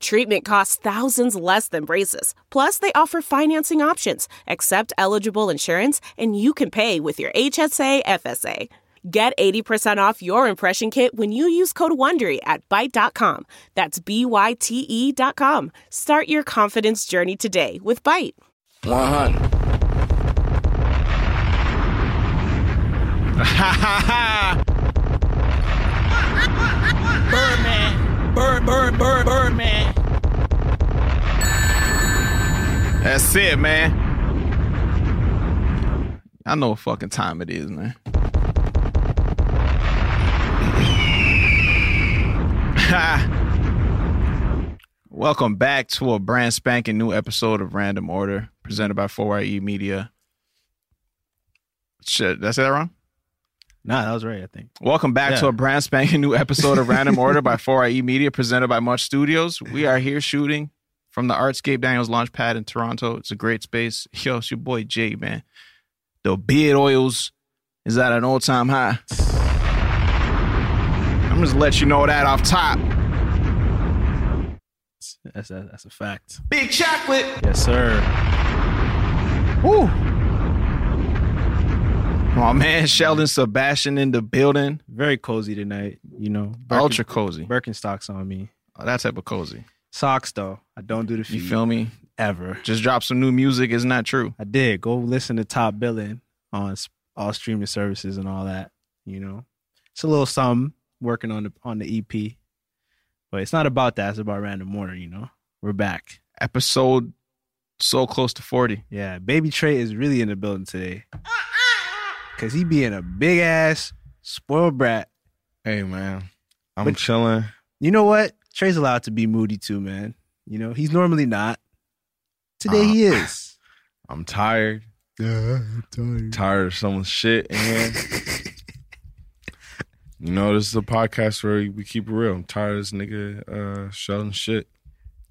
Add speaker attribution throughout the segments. Speaker 1: Treatment costs thousands less than braces. Plus, they offer financing options, accept eligible insurance, and you can pay with your HSA FSA. Get 80% off your impression kit when you use code WONDERY at Byte.com. That's B-Y-T-E E dot com. Start your confidence journey today with Byte.
Speaker 2: 100.
Speaker 3: Birdman. Bird, bird, bird, Birdman.
Speaker 2: That's it, man. I know what fucking time it is, man. Ha. Welcome back to a brand spanking new episode of Random Order presented by 4YE Media. Shit, did I say that wrong?
Speaker 4: Nah, that was right, I think.
Speaker 2: Welcome back to
Speaker 4: Yeah.
Speaker 2: a brand spanking new episode of Random Order by 4IE Media, presented by Much Studios. We are here shooting from the Artscape Daniels launch pad in Toronto. It's a great space. Yo, it's your boy Jay, man. The beard oils is at an all time high. I'm just let you know that off top.
Speaker 4: That's, that's, that's a fact.
Speaker 2: Big chocolate.
Speaker 4: Yes, sir.
Speaker 2: Woo. My man Sheldon Sebastian in the building.
Speaker 4: Very cozy tonight, you know.
Speaker 2: Ultra cozy. Oh,
Speaker 4: Birkenstocks on me.
Speaker 2: That type of cozy.
Speaker 4: Socks, though. I don't do the
Speaker 2: You
Speaker 4: feet
Speaker 2: feel me?
Speaker 4: ever.
Speaker 2: Just drop some new music. It's not true.
Speaker 4: I did. Go listen to Top Billing on s- all streaming services and all that, you know. It's a little something working on the on the EP. But it's not about that. It's about Random Order, you know. We're back.
Speaker 2: episode so close to 40.
Speaker 4: Yeah, Baby Trey is really in the building today. Cause he being a big ass spoiled brat.
Speaker 5: Hey man, I'm
Speaker 4: But-
Speaker 5: chilling.
Speaker 4: You know what? Trey's allowed to be moody too, man. You know, he's normally not. Today he
Speaker 5: Uh,
Speaker 4: is.
Speaker 5: I'm tired. Yeah, I'm tired. Tired of someone's shit. And you know, this is a podcast where we keep it real. I'm tired of this nigga uh, shouting shit.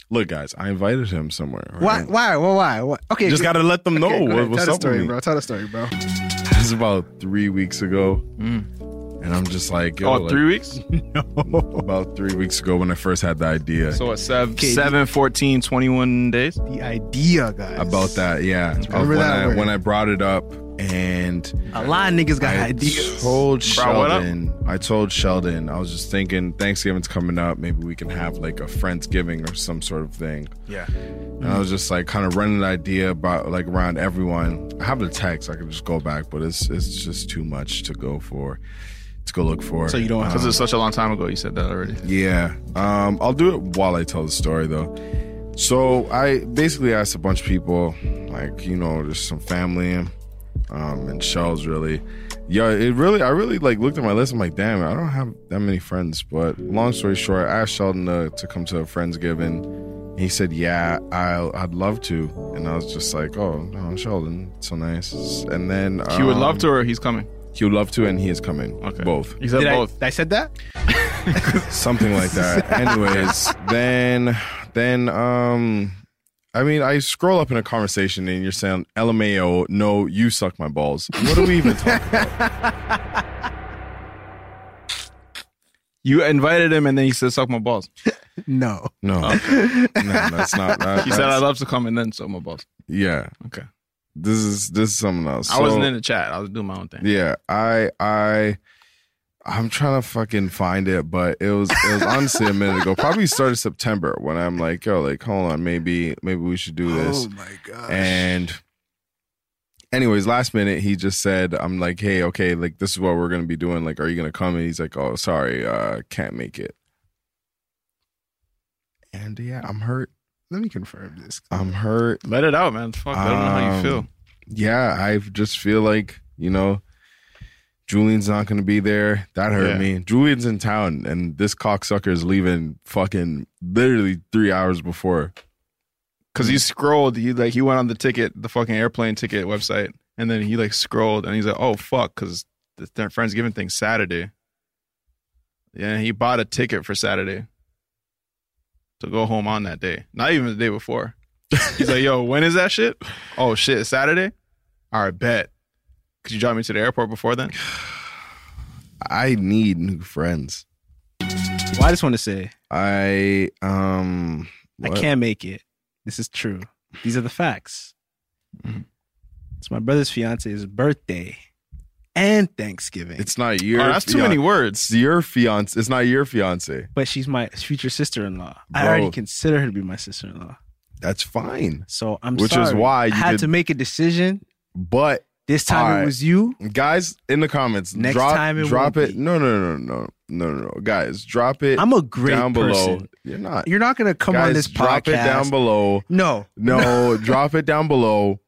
Speaker 5: Look, guys, I invited him somewhere.
Speaker 4: Why,
Speaker 5: right?
Speaker 4: why? Well, why? Why? Okay.
Speaker 5: Just gotta let them know
Speaker 4: okay, go
Speaker 5: what,
Speaker 4: ahead.
Speaker 5: what's
Speaker 4: Tell
Speaker 5: up
Speaker 4: the story,
Speaker 5: with me.
Speaker 4: bro. Tell the story, bro.
Speaker 5: This is about three weeks ago,
Speaker 4: Mm.
Speaker 5: and I'm just like, yo,
Speaker 2: Oh,
Speaker 5: like,
Speaker 2: three weeks?
Speaker 5: about three weeks ago when I first had the idea
Speaker 2: So it's seven,
Speaker 4: E?
Speaker 2: seven, 14, 21 days?
Speaker 4: The idea, guys.
Speaker 5: about that. Yeah,
Speaker 4: Remember
Speaker 5: when,
Speaker 4: that
Speaker 5: I,
Speaker 4: word.
Speaker 5: when I brought it up and.
Speaker 4: A lot of niggas got
Speaker 5: I
Speaker 4: ideas.
Speaker 5: told
Speaker 2: Bro, what up?
Speaker 5: Sheldon. I told Sheldon. I was just thinking Thanksgiving's coming up. Maybe we can have like a Friendsgiving or some sort of thing.
Speaker 2: Yeah.
Speaker 5: And I was just like kind of running the idea about like around everyone. I have the text. I could just go back, but it's it's just too much to go for. To go look for.
Speaker 4: So you don't
Speaker 2: Because it's such a long time ago. You said that already.
Speaker 5: Yeah. Um, I'll do it while I tell the story though. So I basically asked a bunch of people, like, you know, there's some family um and shells really. Yeah, it really I really like looked at my list, I'm like, damn, I don't have that many friends. But long story short, I asked Sheldon to, to come to a Friendsgiving. He said, Yeah, I'll I'd love to. And I was just like, Oh, oh Sheldon, so nice. And then
Speaker 2: He would love
Speaker 5: um,
Speaker 2: to, or he's coming.
Speaker 5: He would love to and he is coming.
Speaker 2: Okay.
Speaker 5: Both
Speaker 2: He said
Speaker 4: Did I,
Speaker 2: both.
Speaker 4: I said that?
Speaker 5: something like that. Anyways, then then um I mean, I scroll up in a conversation and you're saying LMAO, no, you suck my balls. What are we even talking about?
Speaker 2: you invited him, and then he said, "Suck my balls."
Speaker 4: No.
Speaker 5: No. No, that's not that,
Speaker 2: He said, "I
Speaker 5: that's-
Speaker 2: love to come," and then suck my balls.
Speaker 5: Yeah.
Speaker 2: Okay.
Speaker 5: This is this is something else.
Speaker 2: I wasn't
Speaker 5: So-
Speaker 2: in the chat. I was doing my own thing.
Speaker 5: Yeah, I I I'm trying to fucking find it, but it was it was honestly a minute ago. Probably started September when I'm like, yo, like hold on, maybe maybe we should do this.
Speaker 2: Oh,
Speaker 4: Oh my gosh.
Speaker 5: And anyways, last minute he just said, I'm like, hey, okay, like this is what we're gonna be doing. Like, are you gonna come? And he's like, Oh, sorry, uh, can't make it. And yeah, I'm hurt.
Speaker 4: Let me confirm this.
Speaker 5: I'm hurt.
Speaker 2: Let it out, man. Fuck. I don't know how you feel.
Speaker 5: Um, Yeah, I just feel like, you know, Julian's not gonna be there. That hurt
Speaker 2: Yeah.
Speaker 5: me. Julian's in town and this cocksucker is leaving fucking literally three hours before.
Speaker 2: Because you scrolled. You like. He went on the ticket, the fucking airplane ticket website, And then he like scrolled and he's like, "Oh fuck," because the th- Friendsgiving thing Saturday. Yeah, he bought a ticket for Saturday to go home on that day. Not even the day before. He's like, "Yo, when is that shit?" Oh shit, it's Saturday. All right, bet. Could you drive me to the airport before then?
Speaker 5: I need new friends.
Speaker 4: Well, I just want to say
Speaker 5: I um
Speaker 4: I
Speaker 5: what?
Speaker 4: can't make it. This is true. These are the facts.
Speaker 5: Mm-hmm.
Speaker 2: Mhm.
Speaker 4: It's my brother's fiance's birthday and Thanksgiving.
Speaker 5: It's not your.
Speaker 2: oh, that's too
Speaker 5: fian-
Speaker 2: many
Speaker 5: It's
Speaker 2: words.
Speaker 5: your fiance. It's not your fiance.
Speaker 4: but she's my future sister in law. I
Speaker 5: Bro.
Speaker 4: already consider her to be my sister in law.
Speaker 5: That's fine.
Speaker 4: So I'm
Speaker 5: Which is
Speaker 4: sorry.
Speaker 5: why you
Speaker 4: I had
Speaker 5: did-
Speaker 4: to make a decision.
Speaker 5: But
Speaker 4: This time
Speaker 5: All right.
Speaker 4: it was you.
Speaker 5: guys, in the comments,
Speaker 4: Next
Speaker 5: drop,
Speaker 4: time it
Speaker 5: drop
Speaker 4: won't
Speaker 5: it.
Speaker 4: be.
Speaker 5: No, no, no, no, no, no, no. Guys, drop it.
Speaker 4: I'm a great
Speaker 5: down below.
Speaker 4: person.
Speaker 5: You're not.
Speaker 4: You're not gonna come
Speaker 5: guys,
Speaker 4: on this
Speaker 5: drop
Speaker 4: podcast.
Speaker 5: it down below.
Speaker 4: No,
Speaker 5: No, drop it down below.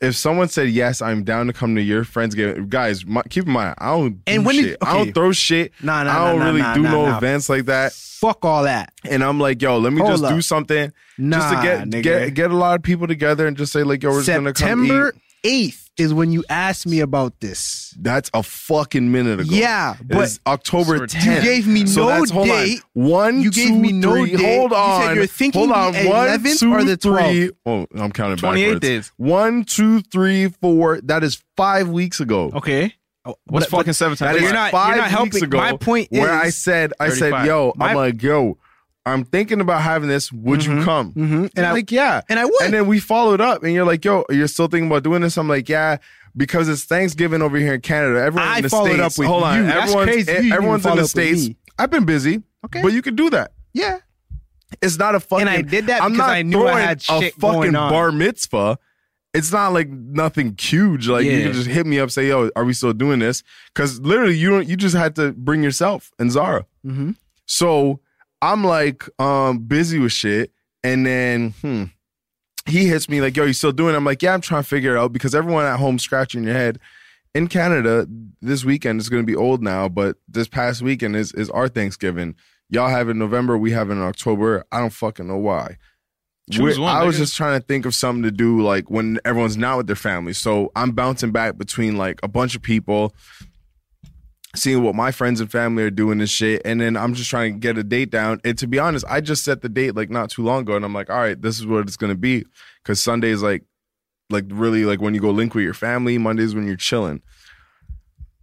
Speaker 5: If someone said yes, I'm down to come to your friend's game, guys. My, keep in mind, I don't.
Speaker 4: And
Speaker 5: do
Speaker 4: when
Speaker 5: shit.
Speaker 4: did-
Speaker 5: I
Speaker 4: okay.
Speaker 5: don't throw shit.
Speaker 4: Nah, nah,
Speaker 5: I don't
Speaker 4: nah,
Speaker 5: really
Speaker 4: nah,
Speaker 5: do
Speaker 4: nah,
Speaker 5: no
Speaker 4: nah.
Speaker 5: events like that.
Speaker 4: fuck all that.
Speaker 5: And I'm like, yo, let me
Speaker 4: Hold
Speaker 5: just
Speaker 4: up.
Speaker 5: do something
Speaker 4: Nah,
Speaker 5: just to get
Speaker 4: nigga.
Speaker 5: get get a lot of people together and just say like, yo, we're just gonna come eat.
Speaker 4: September eighth is when you asked me about this.
Speaker 5: That's a fucking minute ago.
Speaker 4: Yeah,
Speaker 5: It
Speaker 4: but
Speaker 5: is October
Speaker 2: You
Speaker 5: 10th.
Speaker 4: gave me
Speaker 5: so
Speaker 4: no
Speaker 5: that's, hold
Speaker 4: date.
Speaker 5: On. One,
Speaker 4: You gave
Speaker 5: two,
Speaker 4: me no
Speaker 5: three.
Speaker 4: date.
Speaker 5: Hold
Speaker 4: You
Speaker 5: on.
Speaker 4: said you're thinking
Speaker 5: hold on.
Speaker 4: the
Speaker 5: One,
Speaker 4: 11th
Speaker 5: two,
Speaker 4: or the
Speaker 5: three. Oh, I'm counting
Speaker 2: 28
Speaker 5: backwards.
Speaker 2: days.
Speaker 5: One, two, three, four. That is five weeks ago.
Speaker 4: Okay.
Speaker 5: Oh,
Speaker 2: What's fucking seven
Speaker 5: That
Speaker 2: times?
Speaker 5: is
Speaker 4: you're not-
Speaker 5: five
Speaker 4: you're not
Speaker 5: weeks
Speaker 4: helping.
Speaker 5: ago.
Speaker 4: My point
Speaker 5: where I
Speaker 4: is-
Speaker 5: said, I said,
Speaker 2: 35.
Speaker 5: yo,
Speaker 4: My-
Speaker 5: I'm like, yo, I'm thinking about having this. Would you come?
Speaker 4: Mhm. And
Speaker 5: And
Speaker 4: I-
Speaker 5: I'm like, yeah.
Speaker 4: and I would.
Speaker 5: And then we followed up, and you're like, yo, you're still thinking about doing this? I'm like, yeah. Because it's Thanksgiving over here in Canada. Everyone
Speaker 4: I
Speaker 5: in the
Speaker 4: followed
Speaker 5: states.
Speaker 4: up with
Speaker 5: Hold on,
Speaker 4: you. That's
Speaker 5: everyone's, e,
Speaker 4: crazy. You didn't even
Speaker 5: everyone's in
Speaker 4: follow
Speaker 5: the
Speaker 4: up with
Speaker 5: states.
Speaker 4: me.
Speaker 5: I've been busy,
Speaker 4: Okay.
Speaker 5: but you can do that.
Speaker 4: Yeah.
Speaker 5: It's not a fucking.
Speaker 4: I did that
Speaker 5: I'm
Speaker 4: because
Speaker 5: not
Speaker 4: I knew I
Speaker 5: throwing
Speaker 4: had
Speaker 5: a
Speaker 4: shit
Speaker 5: fucking
Speaker 4: going on.
Speaker 5: bar mitzvah. It's not like nothing huge. Like you
Speaker 4: Yeah.
Speaker 5: can just hit me up, say, "Yo, are we still doing this?" Because literally, you don't. You just had to bring yourself and Zara.
Speaker 4: Mm-hmm.
Speaker 5: So I'm like um busy with shit. And then hmm, he hits me like, yo, you still doing it? I'm like, yeah, I'm trying to figure it out because everyone at home scratching your head. In Canada, this weekend is gonna be old now, but this past weekend is is our Thanksgiving. Y'all have it in November, we have it in October. I don't fucking know why.
Speaker 2: Choose
Speaker 5: We're-
Speaker 2: one,
Speaker 5: I was
Speaker 2: nigga.
Speaker 5: just trying to think of something to do like when everyone's not with their family. So I'm bouncing back between like a bunch of people seeing what my friends and family are doing and shit. And then I'm just trying to get a date down. And to be honest, I just set the date like not too long ago. And I'm like, all right, this is what it's gonna be. Cause Sunday's like like really like when you go link with your family, Monday's when you're chilling.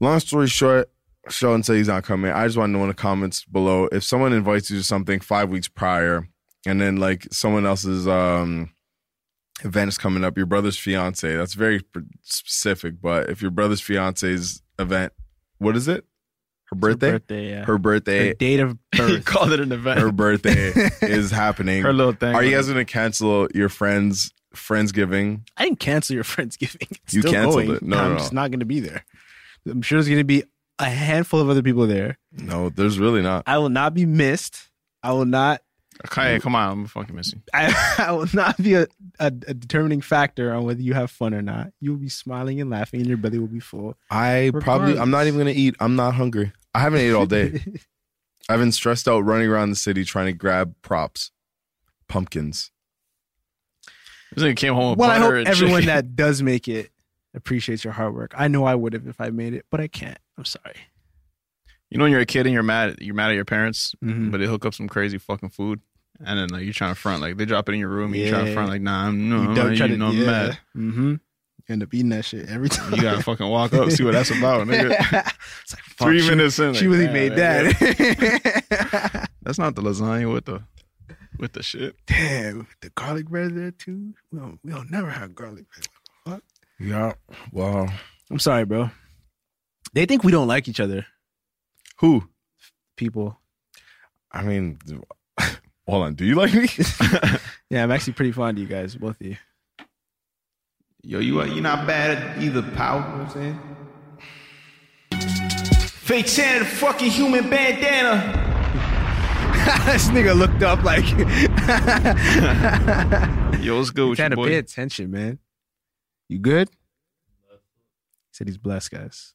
Speaker 5: Long story short, Sheldon said he's not coming. I just want to know in the comments below if someone invites you to something five weeks prior and then like someone else's um event is coming up, your brother's fiance. That's very pr- specific, but if your brother's fiance's event, what is it? Her birthday?
Speaker 4: Birthday. Yeah.
Speaker 5: her birthday
Speaker 4: Her date of
Speaker 2: he
Speaker 4: birth.
Speaker 2: called it an event.
Speaker 5: her birthday is happening
Speaker 2: Her little thing.
Speaker 5: are you guys gonna cancel your friends friendsgiving
Speaker 4: I didn't cancel your Friendsgiving. It's
Speaker 5: You
Speaker 4: still
Speaker 5: canceled
Speaker 4: going.
Speaker 5: it. No,
Speaker 4: I'm
Speaker 5: no, no.
Speaker 4: just not going to be there. I'm sure there's going to be a handful of other people there.
Speaker 5: no there's really not
Speaker 4: I will not be missed. I will not.
Speaker 2: Okay, come on, I'm fucking missing.
Speaker 4: I, I will not be a, a, a determining factor on whether you have fun or not. You'll be smiling and laughing, and your belly will be full.
Speaker 5: i probably i'm not even gonna eat i'm not hungry i haven't ate all day i've been stressed out running around the city trying to grab props pumpkins
Speaker 2: This nigga came home
Speaker 5: Oh,
Speaker 2: with
Speaker 4: well, I hope
Speaker 2: butter and
Speaker 4: everyone
Speaker 2: chicken.
Speaker 4: that does make it appreciates your hard work. I know I would have if I made it, but I can't. I'm sorry.
Speaker 2: you know when you're a kid and you're mad you're mad at your parents,
Speaker 4: Mhm.
Speaker 2: but they hook up some crazy fucking food. And then like you're trying to front, like they drop it in your room, and you're trying to
Speaker 4: Yeah.
Speaker 2: front, like nah, I'm no, I'm
Speaker 4: don't
Speaker 2: not
Speaker 4: try
Speaker 2: eating, Uh-huh, I'm
Speaker 4: yeah.
Speaker 2: mad.
Speaker 4: Mhm. End up eating that shit every time.
Speaker 2: You gotta fucking walk up, see what that's about, nigga.
Speaker 4: it's like fuck,
Speaker 2: Three
Speaker 4: she-
Speaker 2: minutes in, like,
Speaker 4: She really
Speaker 2: damn,
Speaker 4: made
Speaker 2: nigga.
Speaker 4: that.
Speaker 2: That's not the lasagna with the with the shit.
Speaker 4: Damn, the garlic bread there too. We don't, we don't never have garlic bread.
Speaker 5: yeah wow
Speaker 4: I'm sorry, bro. They think we don't like each other,
Speaker 5: who
Speaker 4: people.
Speaker 5: i mean hold on do you like me
Speaker 4: Yeah, I'm actually pretty fond of you guys, both of you.
Speaker 2: Yo, you are you not bad at either power.
Speaker 3: Fake Santa, the fucking human bandana.
Speaker 4: this nigga looked up like
Speaker 2: Yo, what's good with your
Speaker 4: trying to
Speaker 2: boy?
Speaker 4: pay attention, man. You good? He said he's blessed, guys.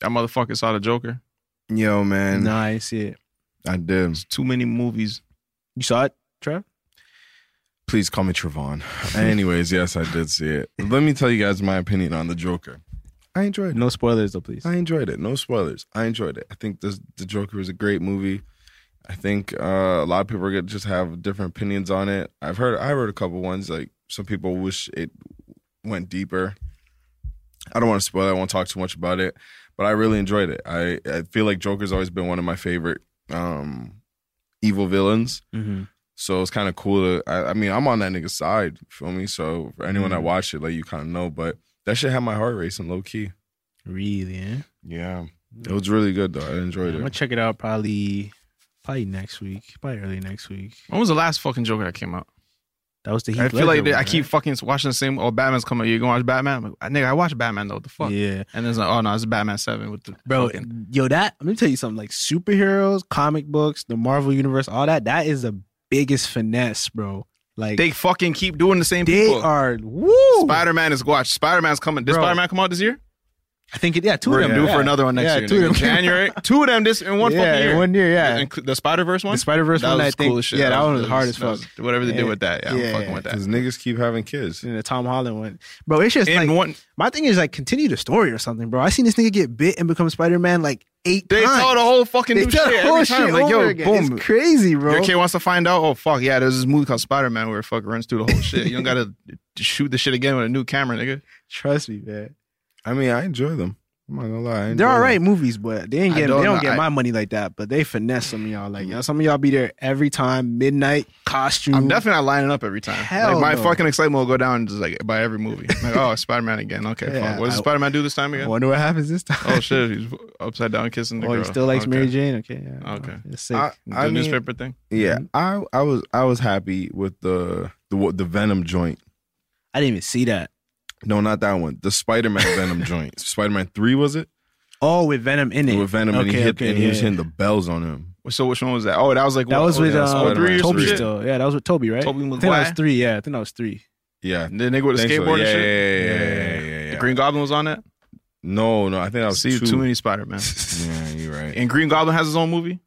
Speaker 2: That motherfucker saw the Joker.
Speaker 5: yo man
Speaker 4: Nah, I didn't see it.
Speaker 5: i did
Speaker 2: It's too many movies.
Speaker 4: You saw it, Trev?
Speaker 5: Please call me Trevon. Anyways, yes, I did see it. Let me tell you guys my opinion on the Joker. I enjoyed it.
Speaker 4: No spoilers though, please.
Speaker 5: I enjoyed it. No spoilers. I enjoyed it. I think this the Joker was a great movie. I think uh, a lot of people are gonna just have different opinions on it. I've heard I heard a couple ones like some people wish it went deeper. I don't want to spoil it. I won't talk too much about it, but I really enjoyed it. I, I feel like Joker's always been one of my favorite um, evil villains.
Speaker 4: Mm-hmm.
Speaker 5: So it's kind of cool to. I, I mean, I'm on that nigga's side. You feel me? So for anyone that watched it, like you kind of know. But that shit had my heart racing low key.
Speaker 4: Really, eh?
Speaker 5: Yeah, it was really good though. I
Speaker 4: I'm
Speaker 5: enjoyed
Speaker 4: gonna
Speaker 5: it.
Speaker 4: check it out probably probably next week. Probably early next week.
Speaker 2: When was the last fucking Joker that came out?
Speaker 4: That was the Heath
Speaker 2: I feel like
Speaker 4: Ledger
Speaker 2: they, I
Speaker 4: one,
Speaker 2: keep
Speaker 4: right?
Speaker 2: fucking watching the same. Oh, Batman's coming. You gonna watch Batman? I'm like, nigga, I watched Batman though. What the fuck?
Speaker 4: Yeah.
Speaker 2: And then it's like, oh no, it's Batman Seven with the
Speaker 4: Bro,
Speaker 2: fucking-
Speaker 4: yo, that let me tell you something. Like superheroes, comic books, the Marvel universe, all that. That is the biggest finesse, bro. Like
Speaker 2: they fucking keep doing the same.
Speaker 4: they
Speaker 2: people.
Speaker 4: are woo.
Speaker 2: Spider Man is watch. Spider Man's coming. Did
Speaker 4: Bro.
Speaker 2: Spider Man come out this year?
Speaker 4: I think it, yeah, two
Speaker 2: We're
Speaker 4: of them.
Speaker 2: due
Speaker 4: yeah.
Speaker 2: for another one next
Speaker 4: yeah,
Speaker 2: year.
Speaker 4: Two
Speaker 2: nigga.
Speaker 4: of them.
Speaker 2: January. Two of them this in one
Speaker 4: yeah,
Speaker 2: fucking year.
Speaker 4: one year, yeah.
Speaker 2: Inclu- The Spider Verse one.
Speaker 4: The Spider Verse
Speaker 2: That
Speaker 4: one,
Speaker 2: was
Speaker 4: I think.
Speaker 2: cool as shit.
Speaker 4: Yeah, that one was
Speaker 2: that
Speaker 4: hard as
Speaker 2: that
Speaker 4: fuck.
Speaker 2: was- Whatever they
Speaker 4: Yeah.
Speaker 2: do with that, yeah,
Speaker 4: Yeah.
Speaker 2: I'm fucking with
Speaker 5: Because
Speaker 2: that.
Speaker 5: niggas keep having kids.
Speaker 4: And the Tom Holland one, bro. It's just
Speaker 2: In
Speaker 4: like
Speaker 2: one,
Speaker 4: my thing is like continue the story or something, bro. I seen this nigga get bit and become Spider Man like eight
Speaker 2: they
Speaker 4: times.
Speaker 2: tell the whole fucking
Speaker 4: They
Speaker 2: new
Speaker 4: tell
Speaker 2: shit
Speaker 4: the whole
Speaker 2: every time.
Speaker 4: shit
Speaker 2: like, yo,
Speaker 4: over again.
Speaker 2: boom.
Speaker 4: It's crazy, bro.
Speaker 2: Your kid wants to find out. Oh fuck, yeah. There's this movie called Spider Man where it fuck runs through the whole shit. You don't gotta shoot the shit again with a new camera, nigga.
Speaker 4: Trust me, man.
Speaker 5: I mean, I enjoy them. I'm not gonna lie. I enjoy
Speaker 4: They're all
Speaker 5: them.
Speaker 4: right movies, but they ain't
Speaker 2: I
Speaker 4: get
Speaker 2: don't
Speaker 4: they don't
Speaker 2: know.
Speaker 4: get
Speaker 2: I-
Speaker 4: my money like that. But they finesse some of y'all. Like y'all, some of y'all be there every time, midnight costume.
Speaker 2: I'm definitely not lining up every time.
Speaker 4: Mm. Hell
Speaker 2: like my
Speaker 4: no.
Speaker 2: fucking excitement will go down just like by every movie. Like, oh, Spider Man again. Okay,
Speaker 4: Yeah,
Speaker 2: fuck. What does
Speaker 4: I-
Speaker 2: Spider Man do this time
Speaker 4: I
Speaker 2: again?
Speaker 4: wonder what happens this time.
Speaker 2: Oh shit, he's upside down kissing the
Speaker 4: Oh,
Speaker 2: girl.
Speaker 4: he still likes
Speaker 2: Okay.
Speaker 4: Mary Jane. Okay, yeah.
Speaker 2: Okay.
Speaker 4: It's sick.
Speaker 5: I-
Speaker 2: The
Speaker 5: I mean-
Speaker 2: newspaper thing.
Speaker 5: Yeah, I I was I was happy with the the the Venom joint.
Speaker 4: I didn't even see that.
Speaker 5: No, not that one. The Spider Man Venom joint. Spider Man Three was it?
Speaker 4: Oh, with Venom in it.
Speaker 5: With Venom and he
Speaker 4: Okay,
Speaker 5: hit
Speaker 4: okay,
Speaker 5: and he was
Speaker 4: yeah.
Speaker 5: hitting the bells on him.
Speaker 2: So which one was that? Oh, that was like
Speaker 4: That
Speaker 2: what-
Speaker 4: was
Speaker 2: oh,
Speaker 4: with
Speaker 2: yeah,
Speaker 5: that's
Speaker 4: uh,
Speaker 5: Spider-Man.
Speaker 2: Spider-Man.
Speaker 5: Three years
Speaker 4: Toby
Speaker 5: ago.
Speaker 4: still. Yeah, that was with Toby, right?
Speaker 2: Tobey
Speaker 4: I think that was
Speaker 2: Maguire?
Speaker 4: three. Yeah, I think that was three.
Speaker 5: Yeah,
Speaker 2: The nigga with the
Speaker 5: Think so.
Speaker 2: skateboard
Speaker 5: yeah,
Speaker 2: and shit.
Speaker 5: Yeah, yeah, yeah, yeah, yeah, yeah.
Speaker 2: The Green Goblin was on it.
Speaker 5: No, no, I think that was
Speaker 2: See
Speaker 5: two.
Speaker 2: too many Spider Man.
Speaker 5: Yeah, you're right.
Speaker 2: And Green Goblin has his own movie.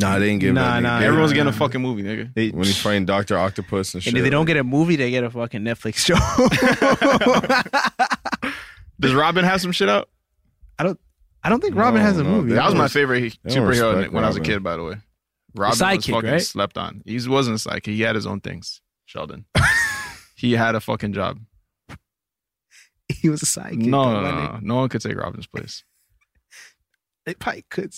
Speaker 5: Nah, they didn't give.
Speaker 4: Nah,
Speaker 5: that nigga-
Speaker 4: nah,
Speaker 5: they-
Speaker 2: Everyone's
Speaker 4: nah,
Speaker 2: getting a
Speaker 4: nah.
Speaker 2: fucking movie, nigga.
Speaker 4: They,
Speaker 5: when he's fighting Doctor Octopus and shit.
Speaker 4: and if they don't get a movie, they get a fucking Netflix show.
Speaker 2: Does Robin have some shit out?
Speaker 4: I don't think Robin
Speaker 5: No,
Speaker 4: has a
Speaker 5: no,
Speaker 4: movie.
Speaker 5: They
Speaker 2: That was
Speaker 5: don't
Speaker 2: my
Speaker 5: res-
Speaker 2: favorite
Speaker 5: they don't
Speaker 2: superhero when
Speaker 5: respect
Speaker 2: I was a
Speaker 5: Robin.
Speaker 2: kid. By the way, Robin was
Speaker 4: sidekick,
Speaker 2: fucking
Speaker 4: right?
Speaker 2: slept on. He wasn't a sidekick. He had his own things. Sheldon. he had a fucking job.
Speaker 4: he was a sidekick.
Speaker 2: no,
Speaker 4: though,
Speaker 2: no,
Speaker 4: my
Speaker 2: no,
Speaker 4: nigga.
Speaker 2: no, no one could take Robin's place.
Speaker 4: They probably could.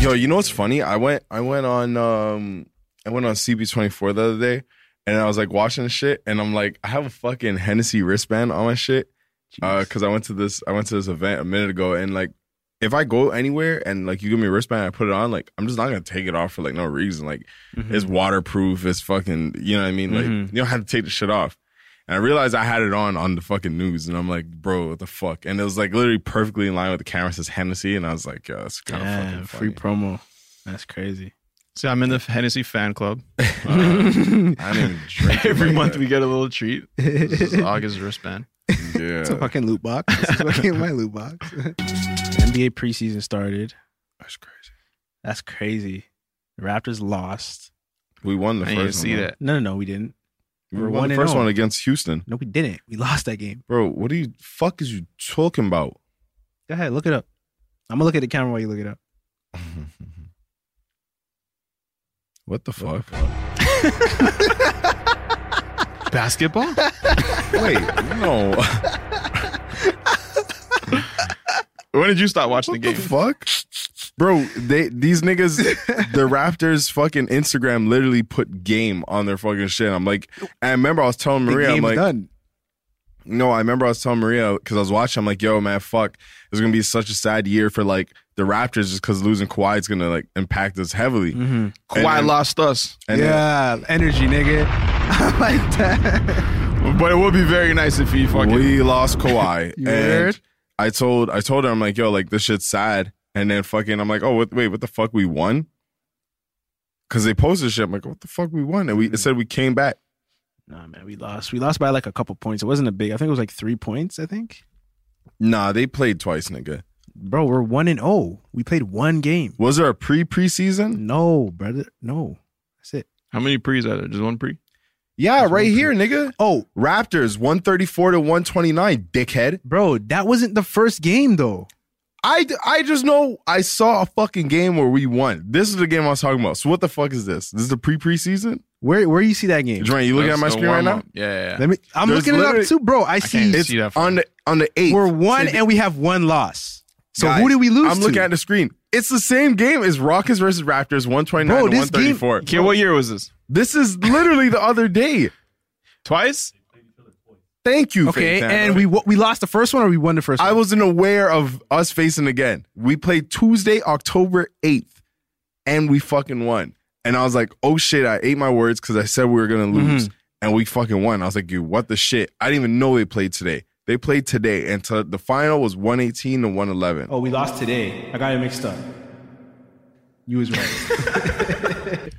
Speaker 5: Yo, you know what's funny? I went I went on um I went on CB24 the other day and I was like watching this shit and I'm like I have a fucking Hennessy wristband on my shit uh cuz I went to this I went to this event a minute ago and like if I go anywhere and like you give me a wristband I put it on like I'm just not going to take it off for like no reason like
Speaker 4: Mm-hmm.
Speaker 5: it's waterproof it's fucking you know what I mean like
Speaker 4: Mhm.
Speaker 5: you don't have to take the shit off. And I realized I had it on on the fucking news, and I'm like, bro, what the fuck? And it was like literally perfectly in line with the camera. It says Hennessy, and I was like, yo, that's kind of fucking
Speaker 4: free
Speaker 5: funny.
Speaker 4: promo. That's crazy.
Speaker 2: See, I'm in the Hennessy fan club. Uh,
Speaker 5: I didn't even drink it
Speaker 2: Every
Speaker 5: like
Speaker 2: month
Speaker 5: that.
Speaker 2: we get a little treat. This is August wristband.
Speaker 4: It's a
Speaker 5: Yeah,
Speaker 4: fucking loot box. It's fucking my loot box. NBA preseason started.
Speaker 5: that's crazy.
Speaker 4: That's crazy. The Raptors lost.
Speaker 5: We won the first
Speaker 2: I didn't
Speaker 5: one.
Speaker 2: even see
Speaker 5: though.
Speaker 2: that.
Speaker 4: No, no, no, we didn't.
Speaker 5: We
Speaker 4: We're
Speaker 5: won
Speaker 4: one
Speaker 5: the
Speaker 4: and
Speaker 5: first
Speaker 4: oh.
Speaker 5: one against Houston,
Speaker 4: No, we didn't. We lost that game.
Speaker 5: bro. What are you fuck is you talking about?
Speaker 4: Go ahead, look it up. I'm gonna look at the camera while you look it up.
Speaker 5: What the fuck?
Speaker 2: Basketball?
Speaker 5: Wait, no.
Speaker 2: when did you stop watching
Speaker 5: what
Speaker 2: the
Speaker 5: the
Speaker 2: game?
Speaker 5: fuck, bro? They these niggas, the Raptors fucking Instagram literally put game on their fucking shit. I'm like, I remember I was telling
Speaker 4: The
Speaker 5: Maria, I'm
Speaker 4: game's
Speaker 5: like,
Speaker 4: done.
Speaker 5: No, I remember I was telling Maria because I was watching. I'm like, yo, man, fuck. It's gonna be such a sad year for like the Raptors just because losing Kawhi is gonna like impact us heavily.
Speaker 2: Kawhi
Speaker 5: And-
Speaker 2: lost us.
Speaker 5: And then-
Speaker 4: yeah, energy, nigga. I like that.
Speaker 2: But it would be very nice if he fucking.
Speaker 5: we lost Kawhi. and
Speaker 4: You heard?
Speaker 5: I told I told her I'm like, yo, like this shit's sad. And then fucking I'm like, oh what, wait, what the fuck we won? Cause they posted shit. I'm like, what the fuck we won? And we it said we came back.
Speaker 4: Nah, man, we lost. We lost by like a couple points. It wasn't a big. I think it was like three points. I think.
Speaker 5: Nah, they played twice, nigga.
Speaker 4: Bro, we're one and oh. We played one game.
Speaker 5: Was there a pre preseason?
Speaker 4: No, brother. No. That's it.
Speaker 2: How many pre's are there? Just one pre?
Speaker 5: Yeah, right here, nigga.
Speaker 4: Oh,
Speaker 5: Raptors 134 to 129, dickhead.
Speaker 4: bro, that wasn't the first game though.
Speaker 5: I, I just know I saw a fucking game where we won. This is the game I was talking about. So what the fuck is this? This is the pre preseason.
Speaker 4: Where where you see that game?
Speaker 5: Dwayne, you looking
Speaker 2: That's
Speaker 5: at my
Speaker 2: the
Speaker 5: screen right now?
Speaker 2: warm-up. Yeah, yeah, yeah.
Speaker 4: Let me. I'm
Speaker 5: There's
Speaker 4: looking it up
Speaker 5: literally-
Speaker 4: too, bro. I see
Speaker 2: can't
Speaker 5: It's
Speaker 2: see that far.
Speaker 5: on the on the eighth.
Speaker 4: we're one
Speaker 5: Say-
Speaker 4: and we have one loss. So
Speaker 5: Guys,
Speaker 4: who did we lose?
Speaker 5: I'm looking
Speaker 4: to?
Speaker 5: at the screen. It's the same game as Rockets versus Raptors, 129
Speaker 4: Bro,
Speaker 5: to
Speaker 4: this game-
Speaker 5: 134.
Speaker 2: Okay, what year was this?
Speaker 5: This is literally the other day.
Speaker 2: Twice?
Speaker 5: Thank you. Faith
Speaker 4: Okay,
Speaker 5: Tanner.
Speaker 4: and we wo- we lost the first one or we won the first
Speaker 5: I
Speaker 4: one.
Speaker 5: wasn't aware of us facing again. We played Tuesday, October 8th, and we fucking won. And I was like, oh shit, I ate my words because I said we were gonna
Speaker 4: Mm-hmm.
Speaker 5: lose. And we fucking won. I was like, dude, what the shit? I didn't even know they played today. They played today. And to, the final was 118 to 111.
Speaker 4: oh, we lost today. I got it mixed up. You was right.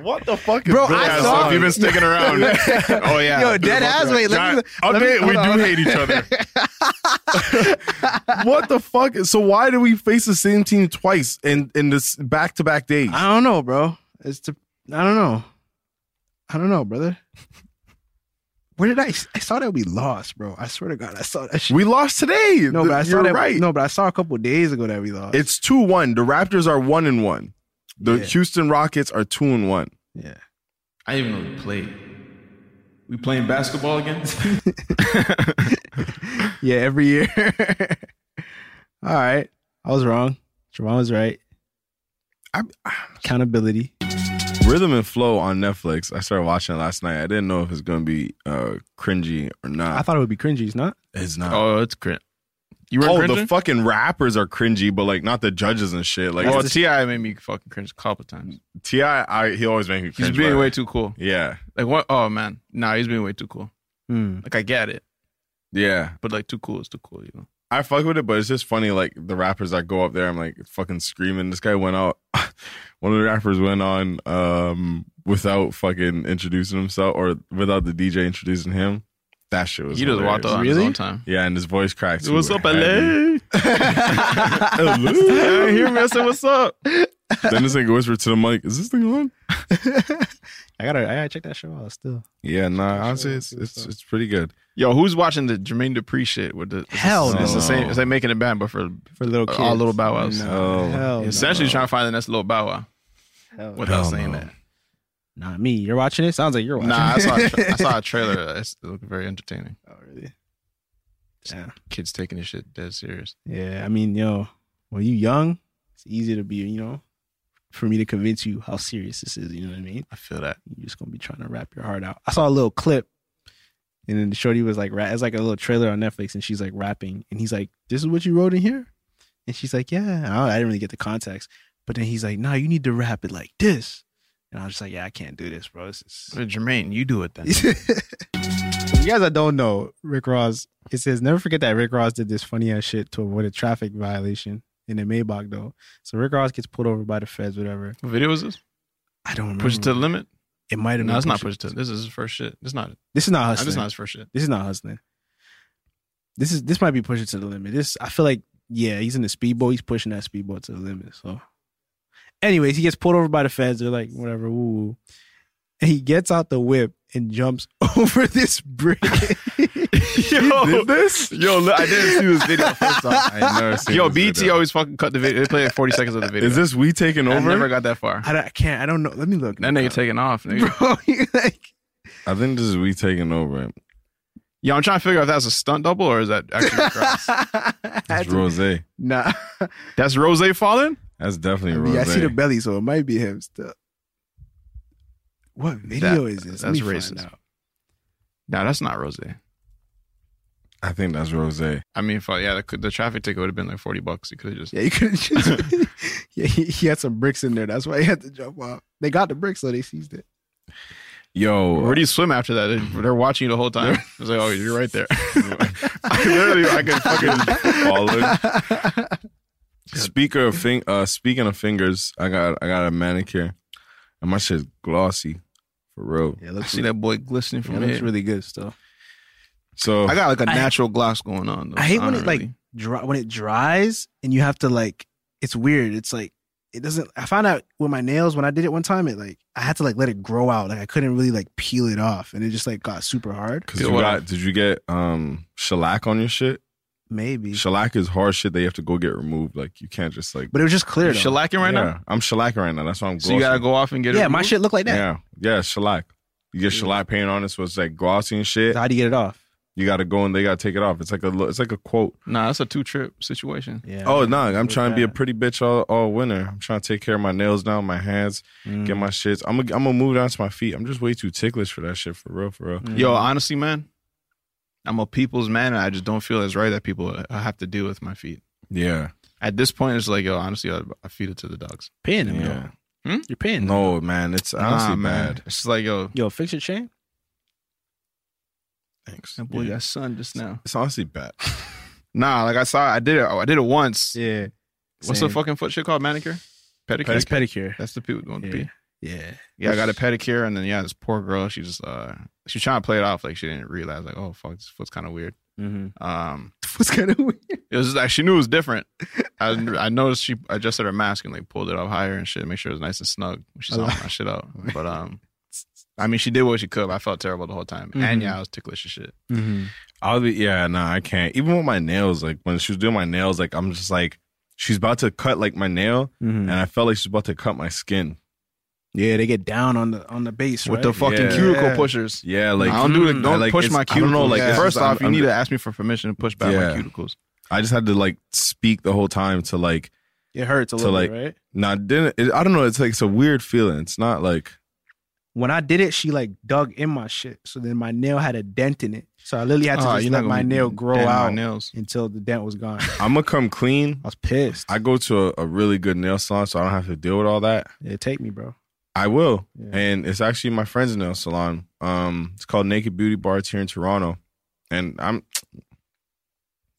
Speaker 5: What the fuck is
Speaker 4: Bro,
Speaker 5: Bill
Speaker 4: I
Speaker 5: Ass
Speaker 4: saw-
Speaker 5: off?
Speaker 2: You've been sticking around. oh, yeah.
Speaker 4: Yo, dead ass. Wait,
Speaker 5: Nah,
Speaker 4: let me. let me-
Speaker 5: update,
Speaker 4: hold
Speaker 5: we
Speaker 4: on,
Speaker 5: do
Speaker 4: hold on.
Speaker 5: hate each other. what the fuck? So why do we face the same team twice in in this back to back days?
Speaker 4: I don't know, bro. It's to, I don't know. I don't know, brother. Where did I? I saw that we lost, bro. I swear to God, I saw that. Shit.
Speaker 5: We lost today.
Speaker 4: no, but I saw
Speaker 5: You're
Speaker 4: that.
Speaker 5: right.
Speaker 4: No, but I saw a couple days ago that we lost.
Speaker 5: It's two one. The Raptors are one and one. The
Speaker 4: Yeah.
Speaker 5: Houston Rockets are two and one.
Speaker 4: yeah.
Speaker 2: I didn't even know we played. We playing basketball again?
Speaker 4: Yeah, every year. All right. I was wrong. Javon was right.
Speaker 5: I'm-
Speaker 4: Accountability.
Speaker 5: Rhythm and Flow on Netflix. I started watching it last night. I didn't know if it's gonna be uh, cringy or not.
Speaker 4: I thought it would be cringy. It's not.
Speaker 5: it's not.
Speaker 2: oh, it's cringe. You were
Speaker 5: Oh,
Speaker 2: cringing?
Speaker 5: the fucking rappers are cringy, but like not the judges and shit. Like
Speaker 2: well,
Speaker 5: it's-
Speaker 2: Ti Oh, made me fucking cringe a couple times.
Speaker 5: Ti, I, he always makes me
Speaker 2: He's
Speaker 5: cringe.
Speaker 2: being
Speaker 5: but-
Speaker 2: way too cool.
Speaker 5: yeah,
Speaker 2: Like what? Oh man, nah, he's being way too cool.
Speaker 4: Hmm.
Speaker 2: Like I get it,
Speaker 5: yeah.
Speaker 2: but like too cool is too cool, you know.
Speaker 5: I fuck with it, but it's just funny. Like the rappers that go up there, I'm like fucking screaming. This guy went out. One of the rappers went on um without fucking introducing himself or without the DJ introducing him. That shit was.
Speaker 2: He just walked
Speaker 5: hilarious.
Speaker 2: out on his
Speaker 4: Really?
Speaker 2: own time.
Speaker 5: Yeah, and his voice cracked.
Speaker 2: what's
Speaker 5: too.
Speaker 2: up, LA?
Speaker 5: then
Speaker 2: I hear me. I said, "What's up?"
Speaker 5: this thing whispered to the mic, "Is this thing on?"
Speaker 4: I gotta, I gotta check that show out still.
Speaker 5: Yeah, nah. Honestly, it's it's it's pretty good.
Speaker 2: Yo, who's watching the Jermaine Dupri shit? With the
Speaker 4: Hell
Speaker 2: it's, it's the
Speaker 5: no.
Speaker 2: same. It's like making it bad, but for
Speaker 4: For little
Speaker 2: Uh,
Speaker 4: kids.
Speaker 2: all little Bow Wows.
Speaker 4: No,
Speaker 5: Oh.
Speaker 4: hell
Speaker 2: essentially trying to find the next little Bow Wow
Speaker 4: no. Hell
Speaker 2: without
Speaker 5: Hell
Speaker 2: saying
Speaker 5: no.
Speaker 2: that.
Speaker 4: no. Not me. You're watching it? Sounds like you're watching
Speaker 2: Nah, I
Speaker 4: it.
Speaker 2: saw a tra- I saw a trailer. It's, it looked very entertaining.
Speaker 4: oh, really? Yeah.
Speaker 2: Kids taking this shit dead serious.
Speaker 4: Yeah. I mean, yo, when you young, it's easy to be, you know, for me to convince you how serious this is. You know what I mean?
Speaker 2: I feel that.
Speaker 4: You're just gonna be trying to rap your heart out. I saw a little clip, and then the shorty was like, rap. It's like a little trailer on Netflix, and she's like rapping, and he's like, "This is what you wrote in here," and she's like, "Yeah." And I, I didn't really get the context, but then he's like, "Nah, you need to rap it like this," and I was just like, "Yeah, I can't do this, bro." This is-
Speaker 2: But Jermaine, you do it then.
Speaker 4: you guys that don't know, Rick Ross, it says never forget that Rick Ross did this funny ass shit to avoid a traffic violation in the Maybach though. So Rick Ross gets pulled over by the feds, whatever.
Speaker 2: what video is this?
Speaker 4: I don't remember.
Speaker 2: Push it to the limit?
Speaker 4: it might have
Speaker 2: No,
Speaker 4: been
Speaker 2: it's not
Speaker 4: Pusha-
Speaker 2: Mm. push it to. This is his first shit. This is not.
Speaker 4: This is not
Speaker 2: This
Speaker 4: hustling.
Speaker 2: is not his first shit.
Speaker 4: This is not hustling. This is this might be pushing to the limit. This I feel like yeah, he's in the speedboat. He's pushing that speedboat to the limit. So, anyways, he gets pulled over by the feds. They're like whatever, woo, woo. and he gets out the whip and jumps over this brick.
Speaker 2: Yo,
Speaker 5: Did this?
Speaker 2: yo, look, I didn't see this video first off.
Speaker 5: I ain't never seen
Speaker 2: Yo,
Speaker 5: this
Speaker 2: BT
Speaker 5: video.
Speaker 2: always fucking cut the video. They play like 40 seconds of the video.
Speaker 5: Is this we taking
Speaker 2: I
Speaker 5: over?
Speaker 2: never got that far.
Speaker 4: I, don't- I can't. I don't know. Let me look.
Speaker 2: That nigga taking off, nigga.
Speaker 4: bro. you like
Speaker 5: I think this is we taking over.
Speaker 2: Yo, I'm trying to figure out if that's a stunt double or is that actually a cross.
Speaker 5: That's Rose.
Speaker 4: nah.
Speaker 2: That's Rose falling?
Speaker 5: That's definitely
Speaker 4: I,
Speaker 5: Rose.
Speaker 4: mean, I see the belly, so it might be him still. What video
Speaker 2: That-
Speaker 4: is this?
Speaker 2: that's
Speaker 4: find
Speaker 2: racist.
Speaker 4: out.
Speaker 2: Nah, that's not Rose.
Speaker 5: I think that's Rose.
Speaker 2: I mean, fuck, yeah, the, the traffic ticket would have been like 40 bucks. You could have just.
Speaker 4: Yeah, you could just. yeah, he, he had some bricks in there. That's why he had to jump off. They got the bricks, so they seized it.
Speaker 5: Yo,
Speaker 2: Where do you swim after that? They- They're watching you the whole time. It's like, oh, you're right there. I literally, I could fucking.
Speaker 5: Speaker of fing- uh, speaking of fingers, I got I got a manicure, and my shit's glossy, for real.
Speaker 4: Yeah,
Speaker 2: I
Speaker 4: looks,
Speaker 2: see that boy glistening from
Speaker 4: looks
Speaker 2: it.
Speaker 4: really good still.
Speaker 5: So
Speaker 2: I got like a
Speaker 4: I-
Speaker 2: natural gloss going on. Though.
Speaker 4: I hate
Speaker 2: so
Speaker 4: when
Speaker 2: don't
Speaker 4: it like
Speaker 2: really-
Speaker 4: dry, when it dries and you have to like. It's weird. It's like it doesn't. I found out with my nails when I did it one time. It like I had to like let it grow out. Like I couldn't really like peel it off, and it just like got super hard.
Speaker 5: Cause
Speaker 2: Feel
Speaker 5: you
Speaker 2: what
Speaker 5: got,
Speaker 2: I'm-
Speaker 5: did you get um shellac on your shit?
Speaker 4: Maybe,
Speaker 5: Shellac is hard shit that you have to go get removed. Like you can't just like.
Speaker 4: but it was just clear.
Speaker 2: You're
Speaker 4: though.
Speaker 2: shellacking right
Speaker 5: yeah,
Speaker 2: now.
Speaker 5: I'm shellacking right now. That's why I'm.
Speaker 2: So you gotta
Speaker 5: glossing.
Speaker 2: go off and get it.
Speaker 4: yeah, my
Speaker 2: removed?
Speaker 4: shit looked like that.
Speaker 5: Yeah, yeah, shellac. You get shellac paint on it, so it's like glossy and shit.
Speaker 4: So how do you get it off?
Speaker 5: You gotta go and they gotta take it off. It's like a li- it's like a quote.
Speaker 2: Nah, that's a two trip situation.
Speaker 4: Yeah.
Speaker 5: Oh no, I'm
Speaker 4: Look
Speaker 5: trying to be a
Speaker 4: that.
Speaker 5: pretty bitch all, all winter. I'm trying to take care of my nails now, my hands, get
Speaker 4: Mm.
Speaker 2: Mm.
Speaker 5: my shits. I'm gonna I'm gonna move down to my feet. I'm just way too ticklish for that shit. For real, for real.
Speaker 2: Yo, honestly, man, I'm a people's man, and I just don't feel it's right that people I have to deal with my feet.
Speaker 5: Yeah.
Speaker 2: At this point, it's like, yo, honestly, I, I feed it to the dogs.
Speaker 4: paying him.
Speaker 5: Yeah.
Speaker 4: though.
Speaker 2: Hmm?
Speaker 4: You're paying. him.
Speaker 5: No man, it's honestly
Speaker 2: Nah, man.
Speaker 5: bad.
Speaker 2: It's just like, yo,
Speaker 4: Yo, fix your chain.
Speaker 5: Thanks.
Speaker 2: that boy
Speaker 5: Yeah.
Speaker 2: got sun just now.
Speaker 5: It's honestly bad.
Speaker 2: Nah, like I saw, I did it. I did it once.
Speaker 4: Yeah.
Speaker 2: What's the
Speaker 4: Same.
Speaker 2: fucking foot shit called? Manicure, pedicure.
Speaker 4: That's pedicure.
Speaker 2: That's the people going to be.
Speaker 4: Yeah.
Speaker 2: Yeah, I got a pedicure, and then yeah, this poor girl, she just uh, she's trying to play it off like she didn't realize, like, oh fuck, this foot's kind of weird.
Speaker 4: Mm-hmm.
Speaker 2: Um,
Speaker 4: What's kind of weird?
Speaker 2: it was like she knew it was different. I I noticed she adjusted her mask and like pulled it up higher and shit, make sure it was nice and snug. when She saw my shit out, but um, I mean, she did what she could. But I felt terrible the whole time, and
Speaker 4: Mhm.
Speaker 2: yeah, I was ticklish as shit.
Speaker 4: Mm-hmm.
Speaker 5: I'll be yeah, nah, I can't. Even with my nails, like when she was doing my nails, like I'm just like she's about to cut like my nail, and
Speaker 4: Mm-hmm.
Speaker 2: Mm.
Speaker 5: I felt like she's about to cut my skin.
Speaker 4: Yeah, they get down on the on the base
Speaker 2: With the
Speaker 4: right?
Speaker 2: fucking
Speaker 5: Yeah.
Speaker 2: cuticle pushers.
Speaker 5: Yeah, like
Speaker 2: I don't do the,
Speaker 5: I,
Speaker 2: don't
Speaker 5: like,
Speaker 2: push
Speaker 5: it's-
Speaker 2: my
Speaker 5: I don't
Speaker 2: cuticles.
Speaker 5: know, like it's
Speaker 2: first
Speaker 5: just- I'm-
Speaker 2: off, you
Speaker 5: I'm-
Speaker 2: need to ask me for permission to push back
Speaker 5: Yeah.
Speaker 2: my cuticles.
Speaker 5: I just had to like speak the whole time to like
Speaker 4: It hurts a
Speaker 5: to,
Speaker 4: little
Speaker 5: like-
Speaker 4: bit, right?
Speaker 5: not didn't it, I don't know. It's like it's a weird feeling. It's not like
Speaker 4: When I did it, she like dug in my shit, so then my nail had a dent in it. So I literally had to
Speaker 2: Ah,
Speaker 4: just
Speaker 2: you're not
Speaker 4: let
Speaker 2: gonna
Speaker 4: my
Speaker 2: be
Speaker 4: nail grow
Speaker 2: denting my
Speaker 4: out
Speaker 2: nails.
Speaker 4: until the dent was gone. I
Speaker 5: I'm gonna come clean.
Speaker 4: was pissed.
Speaker 5: I go to a, a really good nail salon, so I don't have to deal with all that.
Speaker 4: it take me, bro.
Speaker 5: I will,
Speaker 4: Yeah.
Speaker 5: and it's actually my friend's nail salon. Um, it's called Naked Beauty Bar. It's here in Toronto, and I'm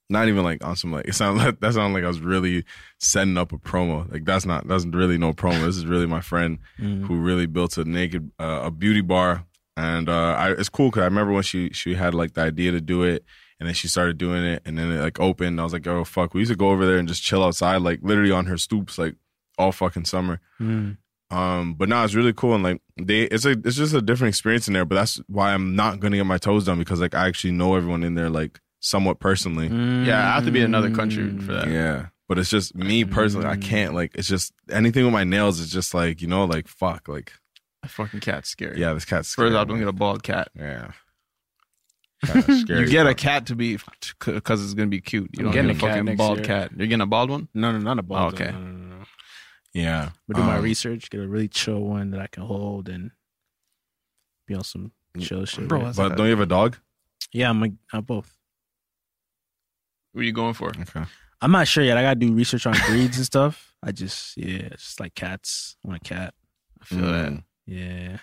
Speaker 5: not even like on some like it sound like that sound like I was really setting up a promo. Like that's not that's really no promo. This is really my friend
Speaker 2: Mm-hmm.
Speaker 5: who really built a naked uh, a beauty bar, and uh, I, it's cool because I remember when she she had like the idea to do it, and then she started doing it, and then it like opened. I was like, oh fuck, we used to go over there and just chill outside, like literally on her stoops, like all fucking summer. Um, but no, it's really cool and like they it's a it's just a different experience in there. But that's why I'm not gonna get my toes done because like I actually know everyone in there like somewhat personally.
Speaker 2: Yeah, I have to be in another country for that.
Speaker 5: Yeah. But it's just me personally, I can't like it's just anything with my nails is just like, you know, like fuck, like
Speaker 2: That fucking cat's scary.
Speaker 5: yeah, this cat's
Speaker 2: First
Speaker 5: scary,
Speaker 2: off, don't
Speaker 5: man.
Speaker 2: get a bald cat.
Speaker 5: Yeah. Cat's scary.
Speaker 2: You get a
Speaker 5: fuck.
Speaker 2: cat to be because it's gonna be cute. You
Speaker 4: I'm
Speaker 2: don't get
Speaker 4: getting
Speaker 2: a
Speaker 4: a cat
Speaker 2: fucking
Speaker 4: next
Speaker 2: bald
Speaker 4: year.
Speaker 2: cat. You're getting a bald one.
Speaker 4: No, no, not a ball.
Speaker 2: Oh, okay.
Speaker 4: No, no, no, no.
Speaker 5: Yeah.
Speaker 4: But do my
Speaker 5: Um,
Speaker 4: research, get a really chill one that I can hold and be on some chill shit.
Speaker 2: Bro,
Speaker 4: with.
Speaker 2: that's-
Speaker 5: But don't you have a dog?
Speaker 4: yeah, I'm like, I'm both.
Speaker 2: What are you going for?
Speaker 5: Okay.
Speaker 4: I'm not sure yet. I gotta do research on breeds and stuff. I just yeah, it's just like cats. I want a cat.
Speaker 2: I feel that.
Speaker 4: Yeah.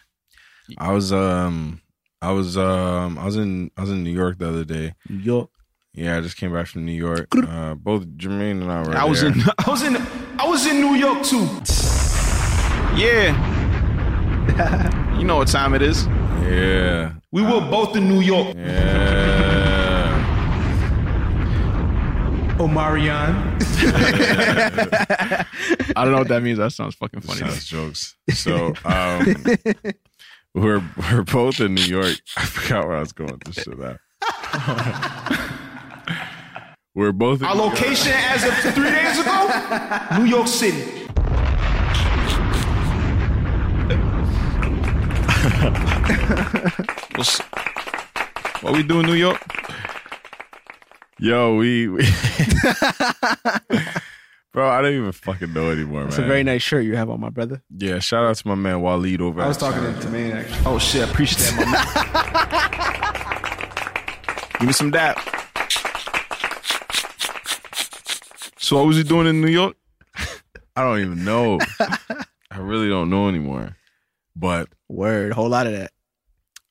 Speaker 5: I was um I was um I was in I was in New York the other day.
Speaker 4: New York.
Speaker 5: Yeah, I just came back from New York. Uh, both Jermaine and I were.
Speaker 2: I was
Speaker 5: there.
Speaker 2: in.
Speaker 3: I was in I was in New York too.
Speaker 2: yeah. you know what time it is.
Speaker 5: Yeah,
Speaker 3: We were both in New York.
Speaker 5: yeah.
Speaker 3: Omarion.
Speaker 2: I don't know what that means. That sounds fucking funny.
Speaker 5: Sounds jokes. So um, we're we're both in New York. I forgot where I was going with this shit. At. we're both. In
Speaker 3: Our
Speaker 5: New York.
Speaker 3: location as of three days ago, New York City.
Speaker 2: though. What's- what we do in New York?
Speaker 5: Yo, we. we Bro, I don't even fucking know anymore,
Speaker 4: It's
Speaker 5: man.
Speaker 4: a very nice shirt you have on my brother.
Speaker 5: yeah, shout out to my man Waleed over.
Speaker 3: I was talking to Jermaine actually.
Speaker 2: Oh shit! I appreciate that. my man. Give me some dap. So what was you doing in New York?
Speaker 5: I don't even know. I really don't know anymore. But
Speaker 4: Word, whole lot of that.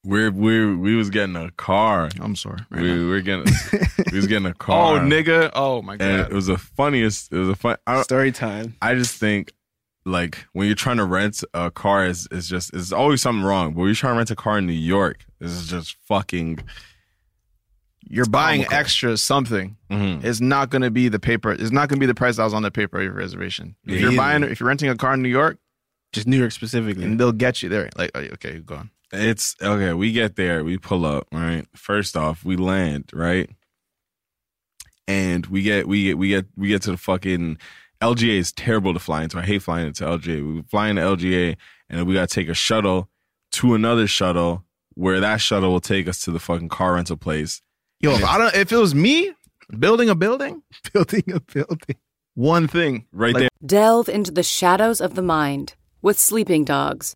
Speaker 5: we're we we was getting a car.
Speaker 2: I'm sorry. right
Speaker 5: we
Speaker 2: now.
Speaker 5: we were getting we was getting a
Speaker 2: Oh
Speaker 5: car.
Speaker 2: nigga! Oh my
Speaker 5: And it
Speaker 2: god!
Speaker 5: was the funniest. It was a fun. I,
Speaker 4: Uh, Story time.
Speaker 5: I just think like when you're trying to rent a car is is just it's always something wrong. But when you're trying to rent a car in New York, this is just fucking
Speaker 2: you're buying
Speaker 5: comical.
Speaker 2: extra something.
Speaker 5: Mhm.
Speaker 2: It's not going to be the paper. It's not going to be the price that was on the paper of your reservation. If
Speaker 5: Yeah.
Speaker 2: you're buying, if you're renting a car in New York,
Speaker 4: Just New York specifically.
Speaker 2: and they'll get you there. Like, oh, okay, you go on.
Speaker 5: It's okay. We get there. We pull up. Right. First off, we land. Right. And we get we get we get we get to the fucking LGA is terrible to fly into. I hate flying into LGA. We fly into LGA and then we gotta take a shuttle to another shuttle where that shuttle will take us to the fucking car rental place.
Speaker 2: Yo, if I don't, if it was me building a building,
Speaker 4: building a building.
Speaker 2: one thing
Speaker 5: Right
Speaker 2: Like,
Speaker 5: there.
Speaker 6: Delve into the shadows of the mind with Sleeping Dogs,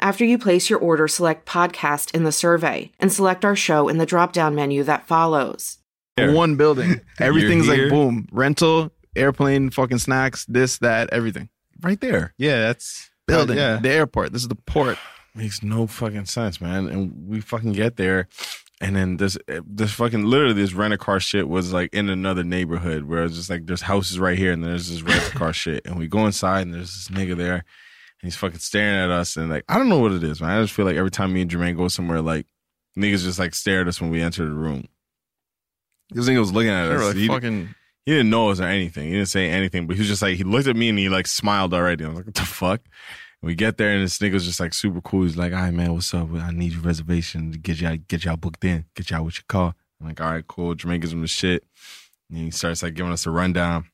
Speaker 7: After you place your order, select podcast in the survey and select our show in the drop down menu that follows.
Speaker 5: There.
Speaker 2: one building, everything's
Speaker 5: here.
Speaker 2: like boom, rental, airplane, fucking snacks, this, that, everything.
Speaker 5: Right there.
Speaker 4: Yeah, that's
Speaker 2: Building,
Speaker 4: Yeah.
Speaker 2: the airport. This is the port.
Speaker 5: Makes no fucking sense, man. And we fucking get there, and then this this fucking literally this rent a car shit was like in another neighborhood where it's just like there's houses right here, and then there's this rent a car shit, and we go inside, and there's this nigga there, and he's fucking staring at us, and like I don't know what it is, man. I just feel like every time me and Jermaine go somewhere, like niggas just like stare at us when we enter the room. This nigga was looking at
Speaker 2: They're
Speaker 5: us.
Speaker 2: like
Speaker 5: He-
Speaker 2: fucking
Speaker 5: he didn't know us or anything. He didn't say anything, but he was just like, he looked at me and he like smiled already. I was like, what the fuck? And we get there and this nigga's just like super cool. He's like, all right, man, what's up? I need your reservation to get y'all, get y'all booked in, get y'all with your car. I'm like, all right, cool. Jermaine gives him the shit. And he starts like giving us a rundown.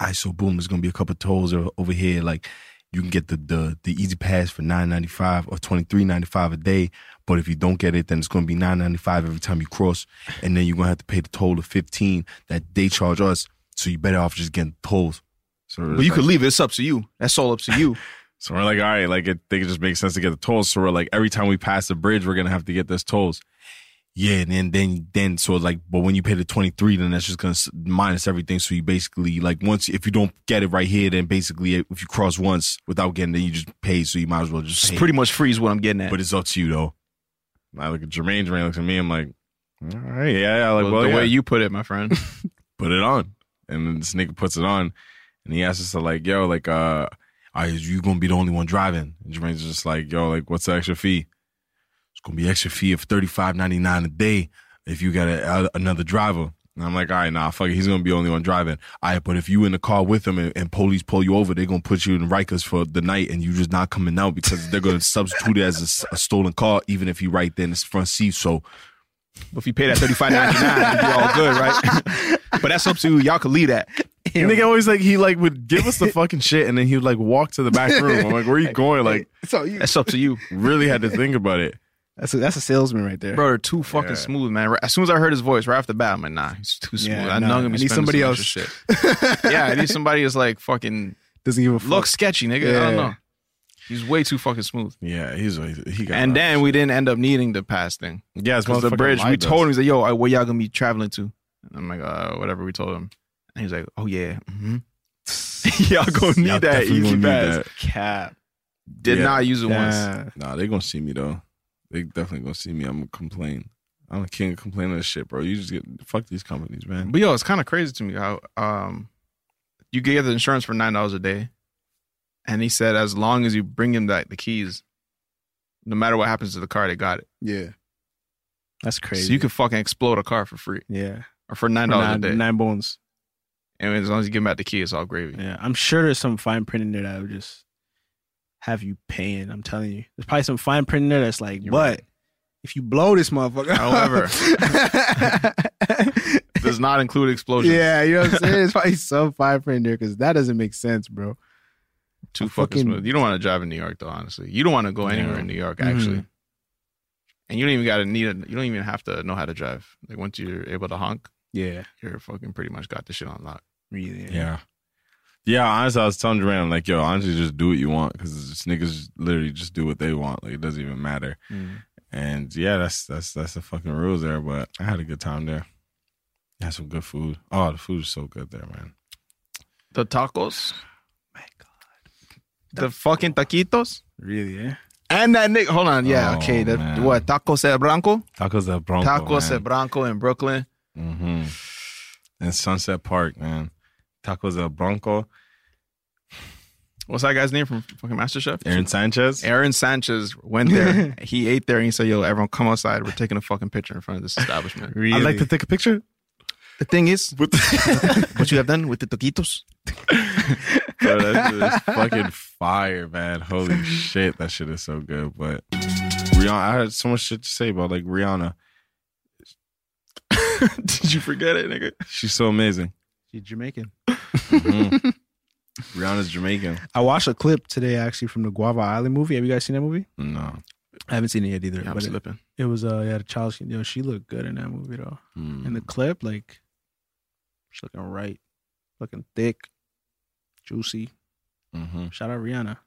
Speaker 5: All right, so boom, there's gonna be a couple tolls o- over here. Like, you can get the the the easy pass for nine ninety five or twenty three ninety five a day. But if you don't get it, then it's gonna be nine ninety five every time you cross, and then you're gonna have to pay the toll of fifteen that they charge us. So you better off just getting tolls. So
Speaker 2: But
Speaker 5: it's
Speaker 2: you could
Speaker 5: like-
Speaker 2: leave it. It's up to you. That's all up to you.
Speaker 5: So we're like, all right, like it, think it just makes sense to get the tolls. So we're like, every time we pass the bridge, we're gonna have to get those tolls. Yeah, and then then then so like, but when you pay the twenty three, then that's just gonna s- minus everything. So you basically like once if you don't get it right here, then basically if you cross once without getting it, you just pay. So you might as well just
Speaker 2: It's
Speaker 5: pay.
Speaker 2: pretty much free is what I'm getting at.
Speaker 5: But it's up to you though. And I look at Jermaine. Jermaine looks at me. I'm like, all right, yeah, yeah. Like,
Speaker 2: Well,
Speaker 5: well,
Speaker 2: the
Speaker 5: yeah
Speaker 2: way you put it, my friend.
Speaker 5: put it on. And then this nigga puts it on and he asks us to like, yo, like, uh, are you gonna be the only one driving? And Jermaine's just like, yo, like, what's the extra fee? It's gonna be extra fee of thirty five ninety nine a day if you got a, a- another driver. And I'm like, all right, nah, fuck it. He's gonna be the only one driving. All right, but if you in the car with him and, and police pull you over, they're gonna put you in Rikers for the night, and you just not coming out because they're gonna substitute it as a s- a, stolen car, even if you right there in the front seat. So
Speaker 2: But if you pay that thirty five ninety nine, you're all good, right? but that's up to you. Y'all could leave that.
Speaker 5: And nigga always like he like would give us the fucking shit and then he would like walk to the back room. I'm like, where you going? Like
Speaker 4: So you
Speaker 2: That's up to you,
Speaker 5: really had to think about it.
Speaker 4: that's a, that's a salesman right there.
Speaker 2: bro. They're too fucking
Speaker 5: Yeah.
Speaker 2: smooth, man. Right- As soon as I heard his voice, right off the bat, I'm like, nah, he's too smooth.
Speaker 4: Yeah,
Speaker 2: I know
Speaker 4: nah,
Speaker 2: I'm gonna
Speaker 4: I
Speaker 2: be
Speaker 4: need
Speaker 2: spending
Speaker 4: somebody
Speaker 2: some
Speaker 4: else.
Speaker 2: extra Shit. yeah, I need somebody that's like fucking
Speaker 4: Doesn't give a fuck.
Speaker 2: looks sketchy, nigga. I don't
Speaker 4: Yeah.
Speaker 2: know. He's way too fucking smooth.
Speaker 5: Yeah, he's he got
Speaker 2: And then we didn't end up needing the pass thing
Speaker 5: yeah,
Speaker 2: because the bridge. We told him, he's like, "Yo, I- where y'all gonna be traveling to?" And I'm like, uh, "Whatever." We told him, and he's like, "Oh yeah, hmm y'all gonna need
Speaker 5: Y'all
Speaker 2: that
Speaker 5: definitely gonna
Speaker 2: easy
Speaker 5: need
Speaker 2: pass."
Speaker 5: that.
Speaker 4: cap.
Speaker 2: Did
Speaker 5: Yeah.
Speaker 2: not use it once.
Speaker 4: Yeah.
Speaker 5: Nah, they gonna see me though. They definitely gonna see me. I'm gonna complain. I'm a king of complaining of shit, bro. You just get fuck these companies, man.
Speaker 2: But yo, it's kind of crazy to me how um you get the insurance for nine dollars a day, And he said, as long as you bring him that, the keys, no matter what happens to the car, they got it.
Speaker 5: Yeah.
Speaker 4: That's crazy.
Speaker 2: So you could fucking explode a car for free
Speaker 4: yeah,
Speaker 2: or for $9 a
Speaker 4: nine,
Speaker 2: day.
Speaker 4: nine bones.
Speaker 2: And as long as you give him back the key, it's all gravy.
Speaker 4: Yeah, I'm sure there's some fine print in there that would just have you paying. I'm telling you, there's probably some fine print in there that's like,
Speaker 2: You're
Speaker 4: but
Speaker 2: right.
Speaker 4: if you blow this motherfucker,
Speaker 2: However.
Speaker 4: however,
Speaker 2: Does not include explosions.
Speaker 4: yeah, you know what I'm saying. It's probably some fine print in there because that doesn't make sense, bro.
Speaker 2: Too
Speaker 4: I'm
Speaker 2: fucking,
Speaker 4: fucking-
Speaker 2: smooth. You don't want to drive in New York, though, honestly. You don't want to go anywhere
Speaker 4: No. Mm-hmm.
Speaker 2: in New York,
Speaker 4: Mhm.
Speaker 2: actually. And you don't even got to need a, you don't even have to know how to drive. Like once you're able to honk,
Speaker 4: Yeah,
Speaker 2: you're fucking pretty much got the shit on lock.
Speaker 4: really. eh?
Speaker 5: Yeah. Yeah, honestly, I was telling Duran, like, yo, honestly, just do what you want because niggas literally just do what they want. Like, it doesn't even matter.
Speaker 4: Mm.
Speaker 5: And yeah, that's that's that's the fucking rules there. But I had a good time there. Had some good food. Oh, the food is so good there, man.
Speaker 2: The tacos,
Speaker 4: My God,
Speaker 2: the fucking taquitos,
Speaker 4: really? eh? Yeah.
Speaker 2: and that nigga. Hold on, yeah,
Speaker 5: Oh,
Speaker 2: okay. The
Speaker 5: man.
Speaker 2: what tacos el branco,
Speaker 5: Tacos at
Speaker 4: Oh,
Speaker 5: Bronco.
Speaker 2: tacos el
Speaker 5: man.
Speaker 2: branco in Brooklyn.
Speaker 5: hmm And Sunset Park, man. Tacos at Bronco.
Speaker 2: What's that guy's name from fucking MasterChef?
Speaker 5: Aaron Sanchez.
Speaker 2: Aaron Sanchez went there. he ate there and he said, "Yo, everyone, come outside. We're taking a fucking picture in front of this establishment."
Speaker 5: I'd like to take a picture.
Speaker 2: The thing is,
Speaker 5: With the-
Speaker 2: what you have done with the taquitos?
Speaker 5: Bro, that shit is fucking fire, man. Holy shit, that shit is so good. But Rihanna, I had so much shit to say about like Rihanna.
Speaker 2: Did you forget it, nigga?
Speaker 5: She's so amazing.
Speaker 4: She's Jamaican.
Speaker 5: Mhm. Rihanna's Jamaican.
Speaker 4: I watched a clip today actually from the Guava Island movie. Have you guys seen that movie?
Speaker 5: No.
Speaker 4: I haven't seen it yet either.
Speaker 2: Yeah, I'm
Speaker 4: but it,
Speaker 2: slipping.
Speaker 4: it was uh yeah, the child she, yo, she looked good in that movie though.
Speaker 5: Mm.
Speaker 4: In the clip, like she's looking right, looking thick, juicy.
Speaker 5: Mhm.
Speaker 4: Shout out Rihanna.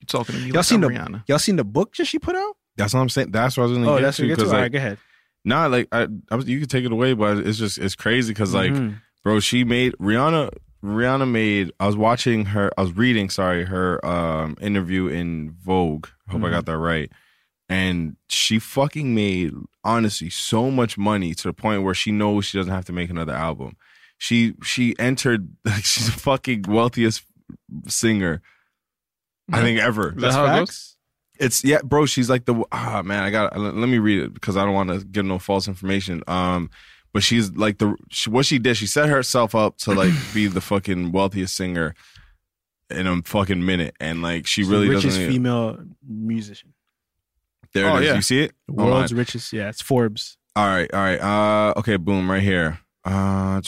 Speaker 2: You talking to me?
Speaker 4: Y'all
Speaker 2: like
Speaker 4: seen
Speaker 2: I'm
Speaker 4: the
Speaker 2: Rihanna?
Speaker 4: y'all seen the book that she put out?
Speaker 5: That's what I'm saying. That's what I was gonna
Speaker 4: oh,
Speaker 5: get
Speaker 4: that's
Speaker 5: to.
Speaker 4: what you get to.
Speaker 5: Because
Speaker 4: All
Speaker 5: like,
Speaker 4: right, go ahead.
Speaker 5: nah, like I, I was, you could take it away, but it's just it's crazy because like
Speaker 4: Mhm.
Speaker 5: bro she made rihanna rihanna made i was watching her i was reading sorry her um interview in vogue hope i got that right and she fucking made honestly so much money to the point where she knows she doesn't have to make another album she she entered like she's the fucking wealthiest singer i think ever
Speaker 2: Is that how it goes?
Speaker 5: it's yeah, bro. She's like the ah man. I got. to Let me read it because I don't want to give no false information. Um, but she's like the she, what she did. She set herself up to like be the fucking wealthiest singer in a fucking minute, and like she
Speaker 4: She's the
Speaker 5: really
Speaker 4: richest
Speaker 5: doesn't.
Speaker 4: female musician.
Speaker 5: there
Speaker 2: Oh,
Speaker 5: it is.
Speaker 2: yeah.
Speaker 5: You see it?
Speaker 4: The
Speaker 5: Hold on.
Speaker 4: world's richest. Yeah, it's Forbes.
Speaker 5: All right, all right. Uh, okay, boom, right here. Uh,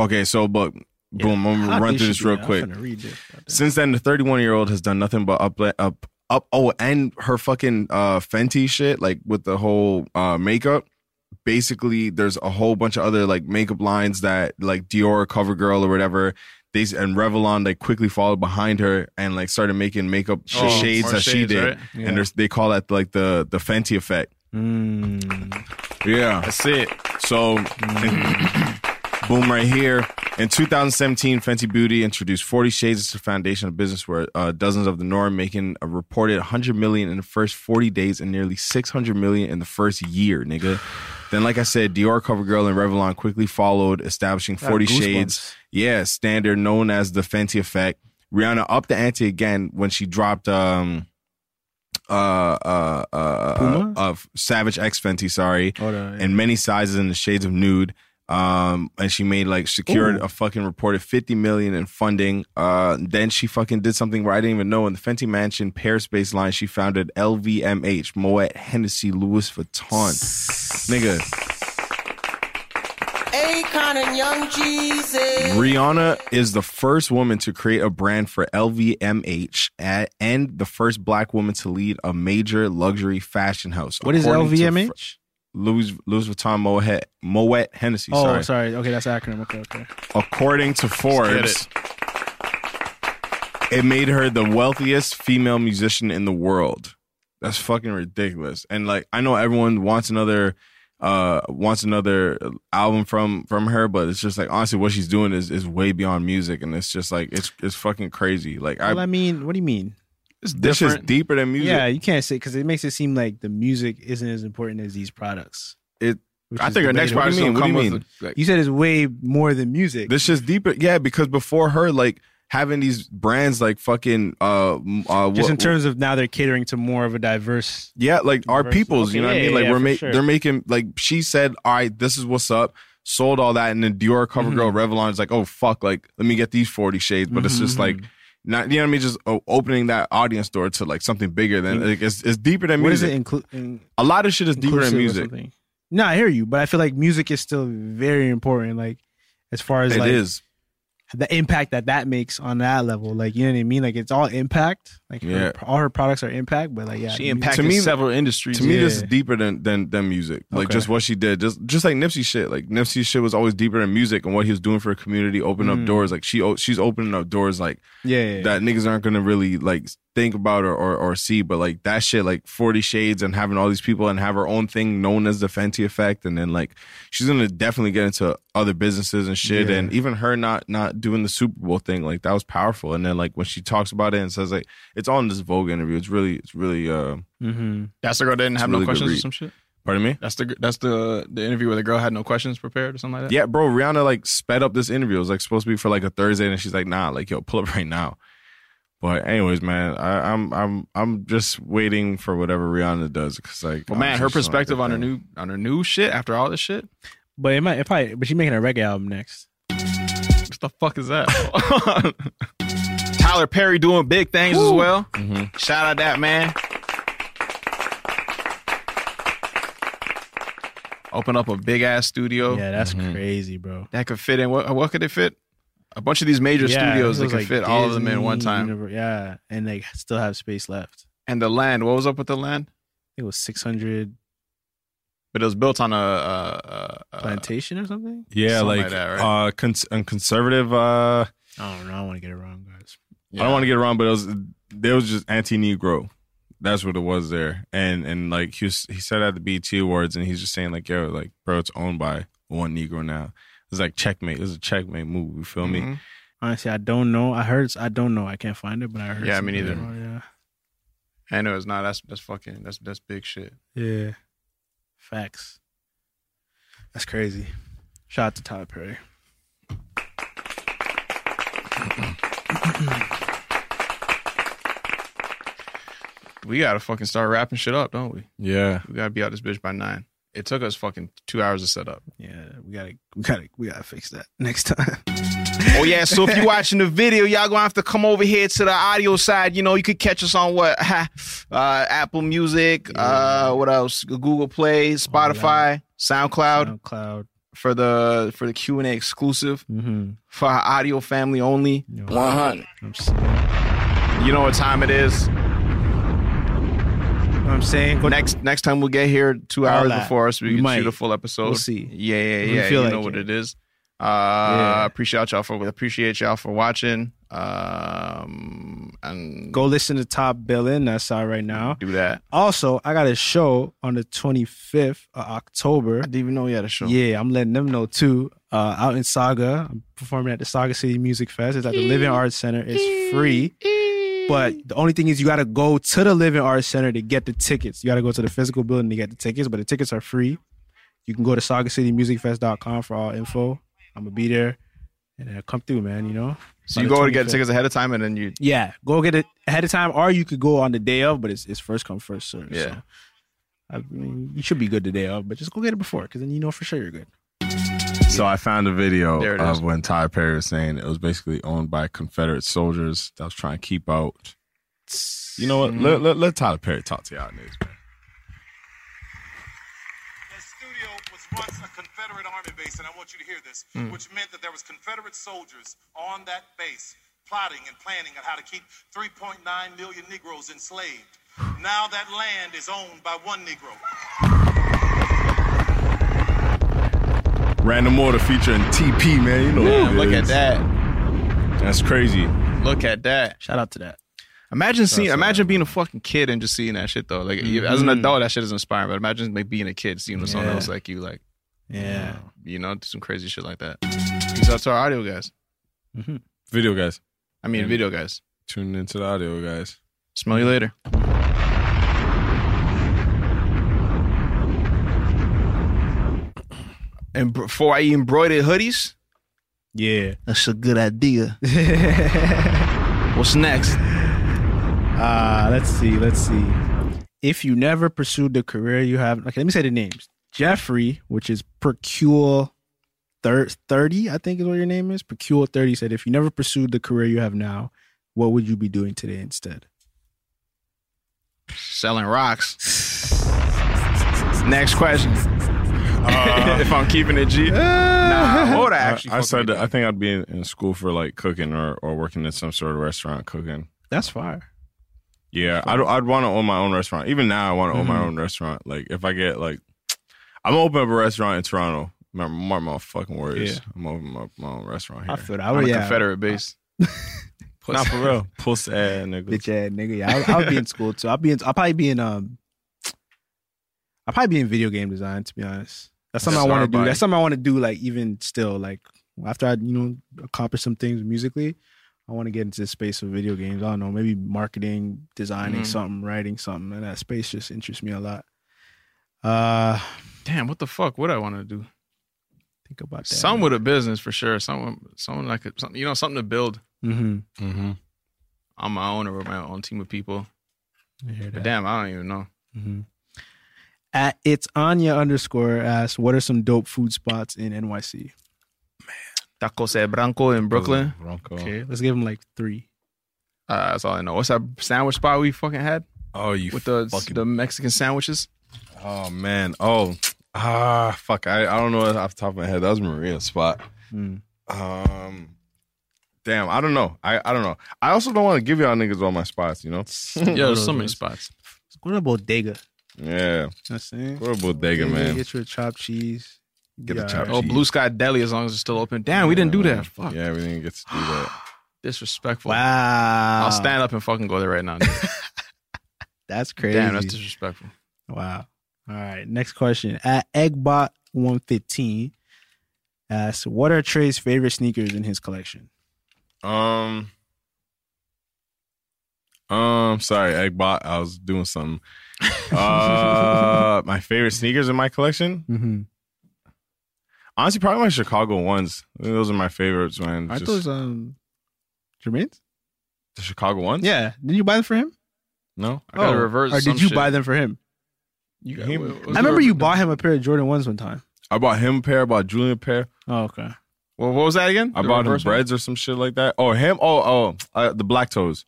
Speaker 5: okay, so but boom, I'm
Speaker 4: How
Speaker 5: gonna run
Speaker 4: did
Speaker 5: through
Speaker 4: she
Speaker 5: this
Speaker 4: do
Speaker 5: real
Speaker 4: that? I'm
Speaker 5: quick.
Speaker 4: finna read this. Goddamn.
Speaker 5: Since then, the 31 year old has done nothing but up, up, up. Oh, and her fucking uh, Fenty shit, like with the whole uh, makeup. Basically, there's a whole bunch of other like makeup lines that like Dior, CoverGirl, or whatever. They and Revlon like quickly followed behind her and like started making makeup sh-
Speaker 2: Oh,
Speaker 5: shades
Speaker 2: more
Speaker 5: that she
Speaker 2: shades,
Speaker 5: did.
Speaker 2: right?
Speaker 4: Yeah.
Speaker 5: And there's, they call that like the the Fenty effect.
Speaker 4: Mm.
Speaker 5: Yeah.
Speaker 2: That's it.
Speaker 5: So,
Speaker 4: Mm.
Speaker 5: boom, right here. In 2017, Fenty Beauty introduced 40 Shades as the foundation of business where uh, dozens of the norm, making a reported 100 million in the first 40 days and nearly 600 million in the first year, nigga. Then, like I said, Dior, CoverGirl, and Revlon quickly followed, establishing
Speaker 4: Got
Speaker 5: 40
Speaker 4: goosebumps.
Speaker 5: Shades, yeah, standard known as the Fenty effect. Rihanna upped the ante again when she dropped um uh uh uh, uh
Speaker 4: Puma? Oh,
Speaker 5: of Savage X Fenty, sorry
Speaker 4: Hold on.
Speaker 5: in many sizes and the shades of nude. Um, and she made like secured
Speaker 4: Ooh.
Speaker 5: a fucking reported 50 million in funding. Uh, then she fucking did something where I didn't even know in the Fenty Mansion Paris baseline, she founded LVMH, Moet Hennessy Louis Vuitton. Nigga,
Speaker 8: Akon Young Jesus.
Speaker 5: Rihanna is the first woman to create a brand for LVMH a- and the first black woman to lead a major luxury fashion house.
Speaker 4: what is
Speaker 5: According to
Speaker 4: LVMH?
Speaker 5: Fr- Louis, Louis Vuitton Moet, Moet Hennessy.
Speaker 4: oh, sorry.
Speaker 5: sorry.
Speaker 4: Okay, that's an acronym. Okay, okay.
Speaker 5: According to Forbes, it made her the wealthiest female musician in the world. That's fucking ridiculous. And like, I know everyone wants another, uh, wants another album from from her, but it's just like honestly, what she's doing is is way beyond music, and it's just like it's it's fucking crazy. Like,
Speaker 4: Well, I
Speaker 5: I
Speaker 4: mean, what do you mean?
Speaker 2: It's
Speaker 5: this is
Speaker 2: different.
Speaker 5: deeper than music.
Speaker 4: Yeah, you can't say because it makes it seem like the music isn't as important as these products.
Speaker 5: It-
Speaker 4: which
Speaker 2: I
Speaker 4: is
Speaker 2: think our next
Speaker 4: debatable.
Speaker 2: product's
Speaker 5: mean?
Speaker 2: gonna
Speaker 5: What do
Speaker 2: come
Speaker 5: you
Speaker 2: with
Speaker 5: mean?
Speaker 2: the- like,
Speaker 4: You said it's way more than music.
Speaker 5: This is deeper. Yeah, because before her, like having these brands like fucking uh, m- uh
Speaker 4: Just
Speaker 5: what-
Speaker 4: in terms of now they're catering to more of a diverse.
Speaker 5: yeah, like our
Speaker 4: Versus-
Speaker 5: peoples, you
Speaker 4: okay,
Speaker 5: know what
Speaker 4: yeah,
Speaker 5: I mean?
Speaker 4: yeah,
Speaker 5: Like
Speaker 4: yeah,
Speaker 5: we're
Speaker 4: for
Speaker 5: making,
Speaker 4: sure.
Speaker 5: they're making, like she said, all right, this is what's up. Sold all that, and then Dior, CoverGirl,
Speaker 4: Mm-hmm.
Speaker 5: Revlon is like, oh fuck, like let me get these forty shades. But it's just like,
Speaker 4: Mm-hmm.
Speaker 5: not you know what I mean? Just oh, opening that audience door to like something bigger than like it's, it's deeper than
Speaker 4: Mm-hmm. What is it
Speaker 5: music.
Speaker 4: include? In-
Speaker 5: A lot of shit is deeper than
Speaker 4: inclusive or
Speaker 5: music.
Speaker 4: something? No, I hear you, but I feel like music is still very important. Like as far as
Speaker 5: It
Speaker 4: like
Speaker 5: is.
Speaker 4: the impact that that makes on that level. Like you know what I mean? Like it's all impact. Like her,
Speaker 5: Yeah.
Speaker 4: all her products are impact, but like yeah,
Speaker 2: She
Speaker 4: music-
Speaker 2: impacted
Speaker 5: me-
Speaker 2: several industries.
Speaker 5: To me, this is
Speaker 4: Yeah.
Speaker 5: deeper than than than music. Like
Speaker 4: Okay.
Speaker 5: just what she did, just just like Nipsey shit. Like Nipsey shit was always deeper than music and what he was doing for the community, opening up
Speaker 4: Mm.
Speaker 5: doors. Like she o- she's opening up doors like
Speaker 4: Yeah, yeah, yeah.
Speaker 5: that niggas aren't gonna really like think about or, or or see. But like that shit, like Forty Shades and having all these people and have her own thing known as the Fenty Effect, and then like she's gonna definitely get into other businesses and shit.
Speaker 4: Yeah.
Speaker 5: And even her not not doing the Super Bowl thing, like that was powerful. And then like when she talks about it and says like it's on this Vogue interview, it's really it's really uh
Speaker 4: Mhm.
Speaker 2: That's the girl that didn't have
Speaker 5: really good
Speaker 2: no questions or
Speaker 5: read.
Speaker 2: some shit.
Speaker 5: pardon me.
Speaker 2: That's the that's the the interview where the girl had no questions prepared or something like that.
Speaker 5: Yeah, bro, Rihanna like sped up this interview. It was like supposed to be for like a Thursday, and she's like, nah, like yo, pull up right now. But anyways, man, I, I'm I'm I'm just waiting for whatever Rihanna does because like,
Speaker 2: But man,
Speaker 5: honestly,
Speaker 2: her
Speaker 5: she's not
Speaker 2: perspective
Speaker 5: good
Speaker 2: on her
Speaker 5: thing.
Speaker 2: new on her new shit after all this shit.
Speaker 4: But it might, it probably, but she's making a reggae album next.
Speaker 2: What the fuck is that? Tyler Perry doing big things as well.
Speaker 5: Mm-hmm.
Speaker 2: Shout out that man. Open up a big ass studio
Speaker 4: Yeah, that's crazy, bro.
Speaker 2: that could fit in. What what could it fit? A bunch of these major
Speaker 4: Yeah,
Speaker 2: studios
Speaker 4: it
Speaker 2: that
Speaker 4: was
Speaker 2: could
Speaker 4: like
Speaker 2: fit all of them in one
Speaker 4: Disney,
Speaker 2: time.
Speaker 4: Univer- yeah, and they still have space left.
Speaker 2: And the land. What was up with the land?
Speaker 4: I think It was six hundred
Speaker 2: But it was built on a, a, a, a
Speaker 4: plantation or something.
Speaker 5: yeah,
Speaker 2: something
Speaker 5: like,
Speaker 2: like that,
Speaker 5: uh, cons- and conservative. Uh,
Speaker 4: I don't know. I want to get it wrong, guys.
Speaker 5: I
Speaker 2: Yeah.
Speaker 5: don't want to get it wrong, but it was there was just anti-Negro. That's what it was there, and and like he was, he said at the BT Awards, and he's just saying like, yo, like bro, it's owned by one Negro now. It's like checkmate. It was a checkmate move. You feel me?
Speaker 2: Mhm.
Speaker 4: Honestly, I don't know. I heard. I don't know. I can't find it, but I heard.
Speaker 2: Yeah, me
Speaker 4: something
Speaker 2: neither.
Speaker 4: about it,
Speaker 2: I know it's not. That's that's fucking. That's that's big shit.
Speaker 4: yeah. Yeah. Facts. That's crazy. Shout out to Tyler Perry.
Speaker 2: We gotta fucking start wrapping shit up, don't we?
Speaker 5: Yeah.
Speaker 2: We gotta be out this bitch by nine. It took us fucking two hours to set up.
Speaker 4: Yeah, we gotta, we gotta, we gotta fix that next time.
Speaker 2: Oh yeah, so if you're watching the video, y'all gonna have to come over here to the audio side. You know, you could catch us on what uh, Apple Music, uh, what else? Google
Speaker 4: Oh,
Speaker 2: Play, Spotify, SoundCloud
Speaker 4: Cloud.
Speaker 2: for the for the Q and A exclusive
Speaker 4: Mm-hmm.
Speaker 2: for our audio family only.
Speaker 8: 100.
Speaker 4: I'm, s- you know
Speaker 2: You know what time it is.
Speaker 4: what I'm saying. Go-
Speaker 2: next next time we get here two
Speaker 4: All
Speaker 2: hours
Speaker 4: that.
Speaker 2: before us, we,
Speaker 4: We
Speaker 2: can
Speaker 4: might.
Speaker 2: shoot a full episode.
Speaker 4: We'll see.
Speaker 2: Yeah, yeah,
Speaker 4: We
Speaker 2: yeah.
Speaker 4: feel
Speaker 2: you
Speaker 4: like
Speaker 2: know what
Speaker 4: it.
Speaker 2: it is. Uh,
Speaker 4: Yeah.
Speaker 2: appreciate y'all for appreciate y'all for watching. Um, and
Speaker 4: Go listen to Top Billin. That's out right now.
Speaker 2: do that.
Speaker 4: Also, I got a show on the 25th of October.
Speaker 2: I didn't even know you had a show.
Speaker 4: Yeah, I'm letting them know too. Uh, out in Saga, I'm performing at the Saga City Music Fest. It's at the Living Arts Center. It's free, but the only thing is you got to go to the Living Arts Center to get the tickets. You got to go to the physical building to get the tickets, but the tickets are free. You can go to sagacitymusicfest.com for all info. I'm gonna be there, and uh, come through, man. You know.
Speaker 2: So
Speaker 4: By
Speaker 2: you
Speaker 4: the
Speaker 2: go to get
Speaker 4: 25th.
Speaker 2: tickets ahead of time, and then you
Speaker 4: Yeah, go get it ahead of time, or you could go on the day of, but it's it's first come first serve.
Speaker 2: Yeah.
Speaker 4: So. I mean, you should be good the day of, but just go get it before, because then you know for sure you're good.
Speaker 5: So I found a video
Speaker 2: There it
Speaker 5: of
Speaker 2: is.
Speaker 5: when Tyler Perry was saying it was basically owned by Confederate soldiers that was trying to keep out. You know what? Let, let, let Tyler Perry talk to y'all niggas, man.
Speaker 9: The studio was once a Confederate Army base, and I want you to hear this,
Speaker 2: Mm.
Speaker 9: which meant that there was Confederate soldiers on that base plotting and planning on how to keep 3.9 million Negroes enslaved. Now that land is owned by one Negro.
Speaker 5: Random Order featuring TP, man. You know
Speaker 2: Damn,
Speaker 5: what it
Speaker 2: look at
Speaker 5: is.
Speaker 2: that.
Speaker 5: That's crazy.
Speaker 2: Look at that.
Speaker 4: Shout out to that.
Speaker 2: Imagine seeing. Imagine being a fucking kid and just seeing that shit though. Like you- as an adult, that shit is inspiring. But imagine like being a kid, seeing someone
Speaker 4: Yeah.
Speaker 2: else like you, like
Speaker 4: Yeah.
Speaker 2: you know, do some crazy shit like that. Peace out to our audio guys.
Speaker 5: Video, guys.
Speaker 2: I mean,
Speaker 5: Yeah.
Speaker 2: video guys.
Speaker 5: Tune into the audio, guys.
Speaker 2: Smell you later. And br- for I embroidered hoodies,
Speaker 4: Yeah.
Speaker 2: That's a good idea. What's next?
Speaker 4: Uh, let's see. Let's see. If you never pursued the career you have, okay, let me say the names. Jeffrey, which is Procure thir- 30, I think is what your name is. Procure 30 said, if you never pursued the career you have now, what would you be doing today instead?
Speaker 2: Selling rocks. Next question.
Speaker 5: Uh,
Speaker 2: if I'm keeping it G. Nah, what would I actually
Speaker 5: I, I
Speaker 2: fucking
Speaker 5: said
Speaker 2: do?
Speaker 5: that I think I'd be in, in school for like cooking or, or working in some sort of restaurant cooking.
Speaker 4: That's fire.
Speaker 5: Yeah, I'd, I'd want to own my own restaurant. Even now, I want to own my own restaurant. Like, if I get like, I'm gonna open up a restaurant in Toronto. My, my motherfucking words.
Speaker 4: Yeah.
Speaker 5: I'm opening up my own restaurant here.
Speaker 4: I feel that. I
Speaker 2: on
Speaker 4: would,
Speaker 2: a
Speaker 4: Oh, yeah.
Speaker 2: Confederate base. Pussy.
Speaker 5: Not for real. Puss ass niggas.
Speaker 4: Bitch ass nigga. Yeah, I'll, I'll be in school too. I'll be in. I'll probably be in. Um, I'll probably be in video game design. To be honest, that's something
Speaker 2: That's
Speaker 4: I want to do.
Speaker 2: everybody.
Speaker 4: That's something I want to do. Like even still, like after I you know accomplish some things musically, I want to get into the space of video games. I don't know, maybe marketing, designing
Speaker 2: Mhm.
Speaker 4: something, writing something, and that space just interests me a lot. Uh,
Speaker 2: Damn, what the fuck would I want to do?
Speaker 4: think about that.
Speaker 2: Some with a business for sure. Someone, someone like something, you know, something to build
Speaker 4: Mm-hmm.
Speaker 5: Mm-hmm.
Speaker 2: on my own or with my own team of people.
Speaker 4: I hear
Speaker 2: But
Speaker 4: that.
Speaker 2: damn, I don't even know.
Speaker 4: Mm-hmm. At it's Anya underscore asks, what are some dope food spots in NYC?
Speaker 2: Tacos El Branco in Brooklyn.
Speaker 5: Bronco.
Speaker 4: Okay, let's give them like three.
Speaker 2: Uh, that's all I know. What's that sandwich spot we fucking had
Speaker 5: Oh, you
Speaker 2: with the
Speaker 5: fucking.
Speaker 2: the Mexican sandwiches?
Speaker 5: oh man. Oh. Ah, fuck. I, I don't know off the top of my head. That was Maria's spot.
Speaker 2: Hmm.
Speaker 4: Mm.
Speaker 5: Um. Damn, I don't know. I, I don't know. I also don't want to give y'all niggas all my spots, you know?
Speaker 2: Yeah, there's so many spots.
Speaker 4: What about bodega?
Speaker 5: Yeah.
Speaker 4: I'm saying.
Speaker 5: Go to bodega, man.
Speaker 4: Get your chopped cheese.
Speaker 5: Get a
Speaker 4: Yeah,
Speaker 5: chopped
Speaker 2: Oh,
Speaker 5: Jeez.
Speaker 2: Blue Sky Deli, as long as it's still open. Damn, we didn't do
Speaker 5: Yeah.
Speaker 2: that. Fuck,
Speaker 5: Yeah, we didn't get to do that.
Speaker 2: disrespectful.
Speaker 4: Oh, Wow.
Speaker 2: I'll stand up and fucking go there right now. dude.
Speaker 4: That's crazy.
Speaker 2: Damn, that's disrespectful.
Speaker 4: wow. All right. Next question. At Eggbot115 asks, what are Trey's favorite sneakers in his collection?
Speaker 5: Um. Um, sorry, Eggbot. I was doing something. Uh, my favorite sneakers in my collection,
Speaker 4: Mm-hmm.
Speaker 5: honestly, probably my Chicago ones. I think Those are my favorites, man.
Speaker 4: Aren't
Speaker 5: Just
Speaker 4: those um Jermaine's?
Speaker 5: the Chicago ones?
Speaker 4: Yeah. Did you buy them for him?
Speaker 5: No.
Speaker 2: I gotta
Speaker 4: Oh,
Speaker 2: reverse.
Speaker 4: Or
Speaker 2: some
Speaker 4: did you
Speaker 2: shit.
Speaker 4: buy them for him?
Speaker 2: You
Speaker 5: He-
Speaker 2: what- what-
Speaker 5: I
Speaker 4: I remember you bought him a pair of Jordan ones one time.
Speaker 5: I bought him a pair. I bought Julian a pair.
Speaker 4: Oh, okay.
Speaker 2: Well, what was that again?
Speaker 5: I
Speaker 2: The
Speaker 5: bought him
Speaker 2: reverse one?
Speaker 5: breads or some shit like that. Oh, him. Oh, oh, uh, the black toes.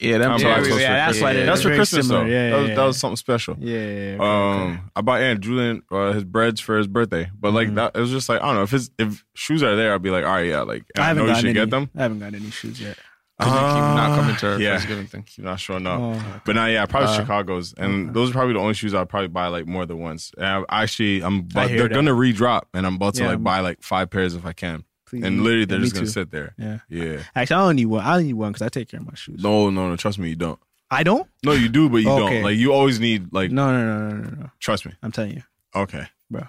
Speaker 2: Yeah,
Speaker 5: I
Speaker 2: them.
Speaker 5: bought
Speaker 2: toes
Speaker 5: those
Speaker 2: for
Speaker 5: for
Speaker 4: that's
Speaker 2: Christmas.
Speaker 4: why
Speaker 5: Christmas.
Speaker 4: they're
Speaker 5: That's for
Speaker 4: very
Speaker 5: Christmas
Speaker 4: similar.
Speaker 5: though.
Speaker 4: Yeah,
Speaker 5: that, was,
Speaker 4: yeah,
Speaker 5: that was
Speaker 4: yeah.
Speaker 5: something special.
Speaker 4: Yeah. yeah, yeah.
Speaker 5: Um, I bought Aunt Julian uh, his breads for his birthday, but like
Speaker 4: Mhm.
Speaker 5: that, it was just like I don't know if his if shoes are there, I'd be like, all right, yeah, like
Speaker 4: I
Speaker 5: I,
Speaker 4: haven't
Speaker 5: know you
Speaker 4: gotten
Speaker 5: should
Speaker 4: any,
Speaker 5: get them.
Speaker 4: I haven't gotten any shoes yet.
Speaker 2: 'Cause you keep not coming to
Speaker 5: Uh,
Speaker 2: her
Speaker 5: yeah.
Speaker 2: Thanksgiving thing.
Speaker 5: Keep not showing up.
Speaker 4: Oh.
Speaker 5: But now, yeah, probably
Speaker 2: Uh,
Speaker 5: Chicago's, and those are probably the only shoes I'd probably buy like more than once. And I actually, I'm about,
Speaker 4: hear
Speaker 5: they're
Speaker 4: that.
Speaker 5: gonna redrop, and I'm about to
Speaker 4: Yeah,
Speaker 5: like
Speaker 4: I'm-
Speaker 5: buy like five pairs if I can.
Speaker 4: Please.
Speaker 5: And literally,
Speaker 4: Yeah,
Speaker 5: they're
Speaker 4: me
Speaker 5: just gonna
Speaker 4: too.
Speaker 5: sit there.
Speaker 4: Yeah.
Speaker 5: Yeah.
Speaker 4: Actually, I don't need one. I don't need one because I take care of my shoes.
Speaker 5: No, no, no. Trust me, you don't.
Speaker 4: I don't.
Speaker 5: No, you do, but you
Speaker 4: Okay.
Speaker 5: don't. Like you always need like.
Speaker 4: No, no, no, no, no, no.
Speaker 5: Trust me.
Speaker 4: I'm telling you,
Speaker 5: Okay.
Speaker 4: bro.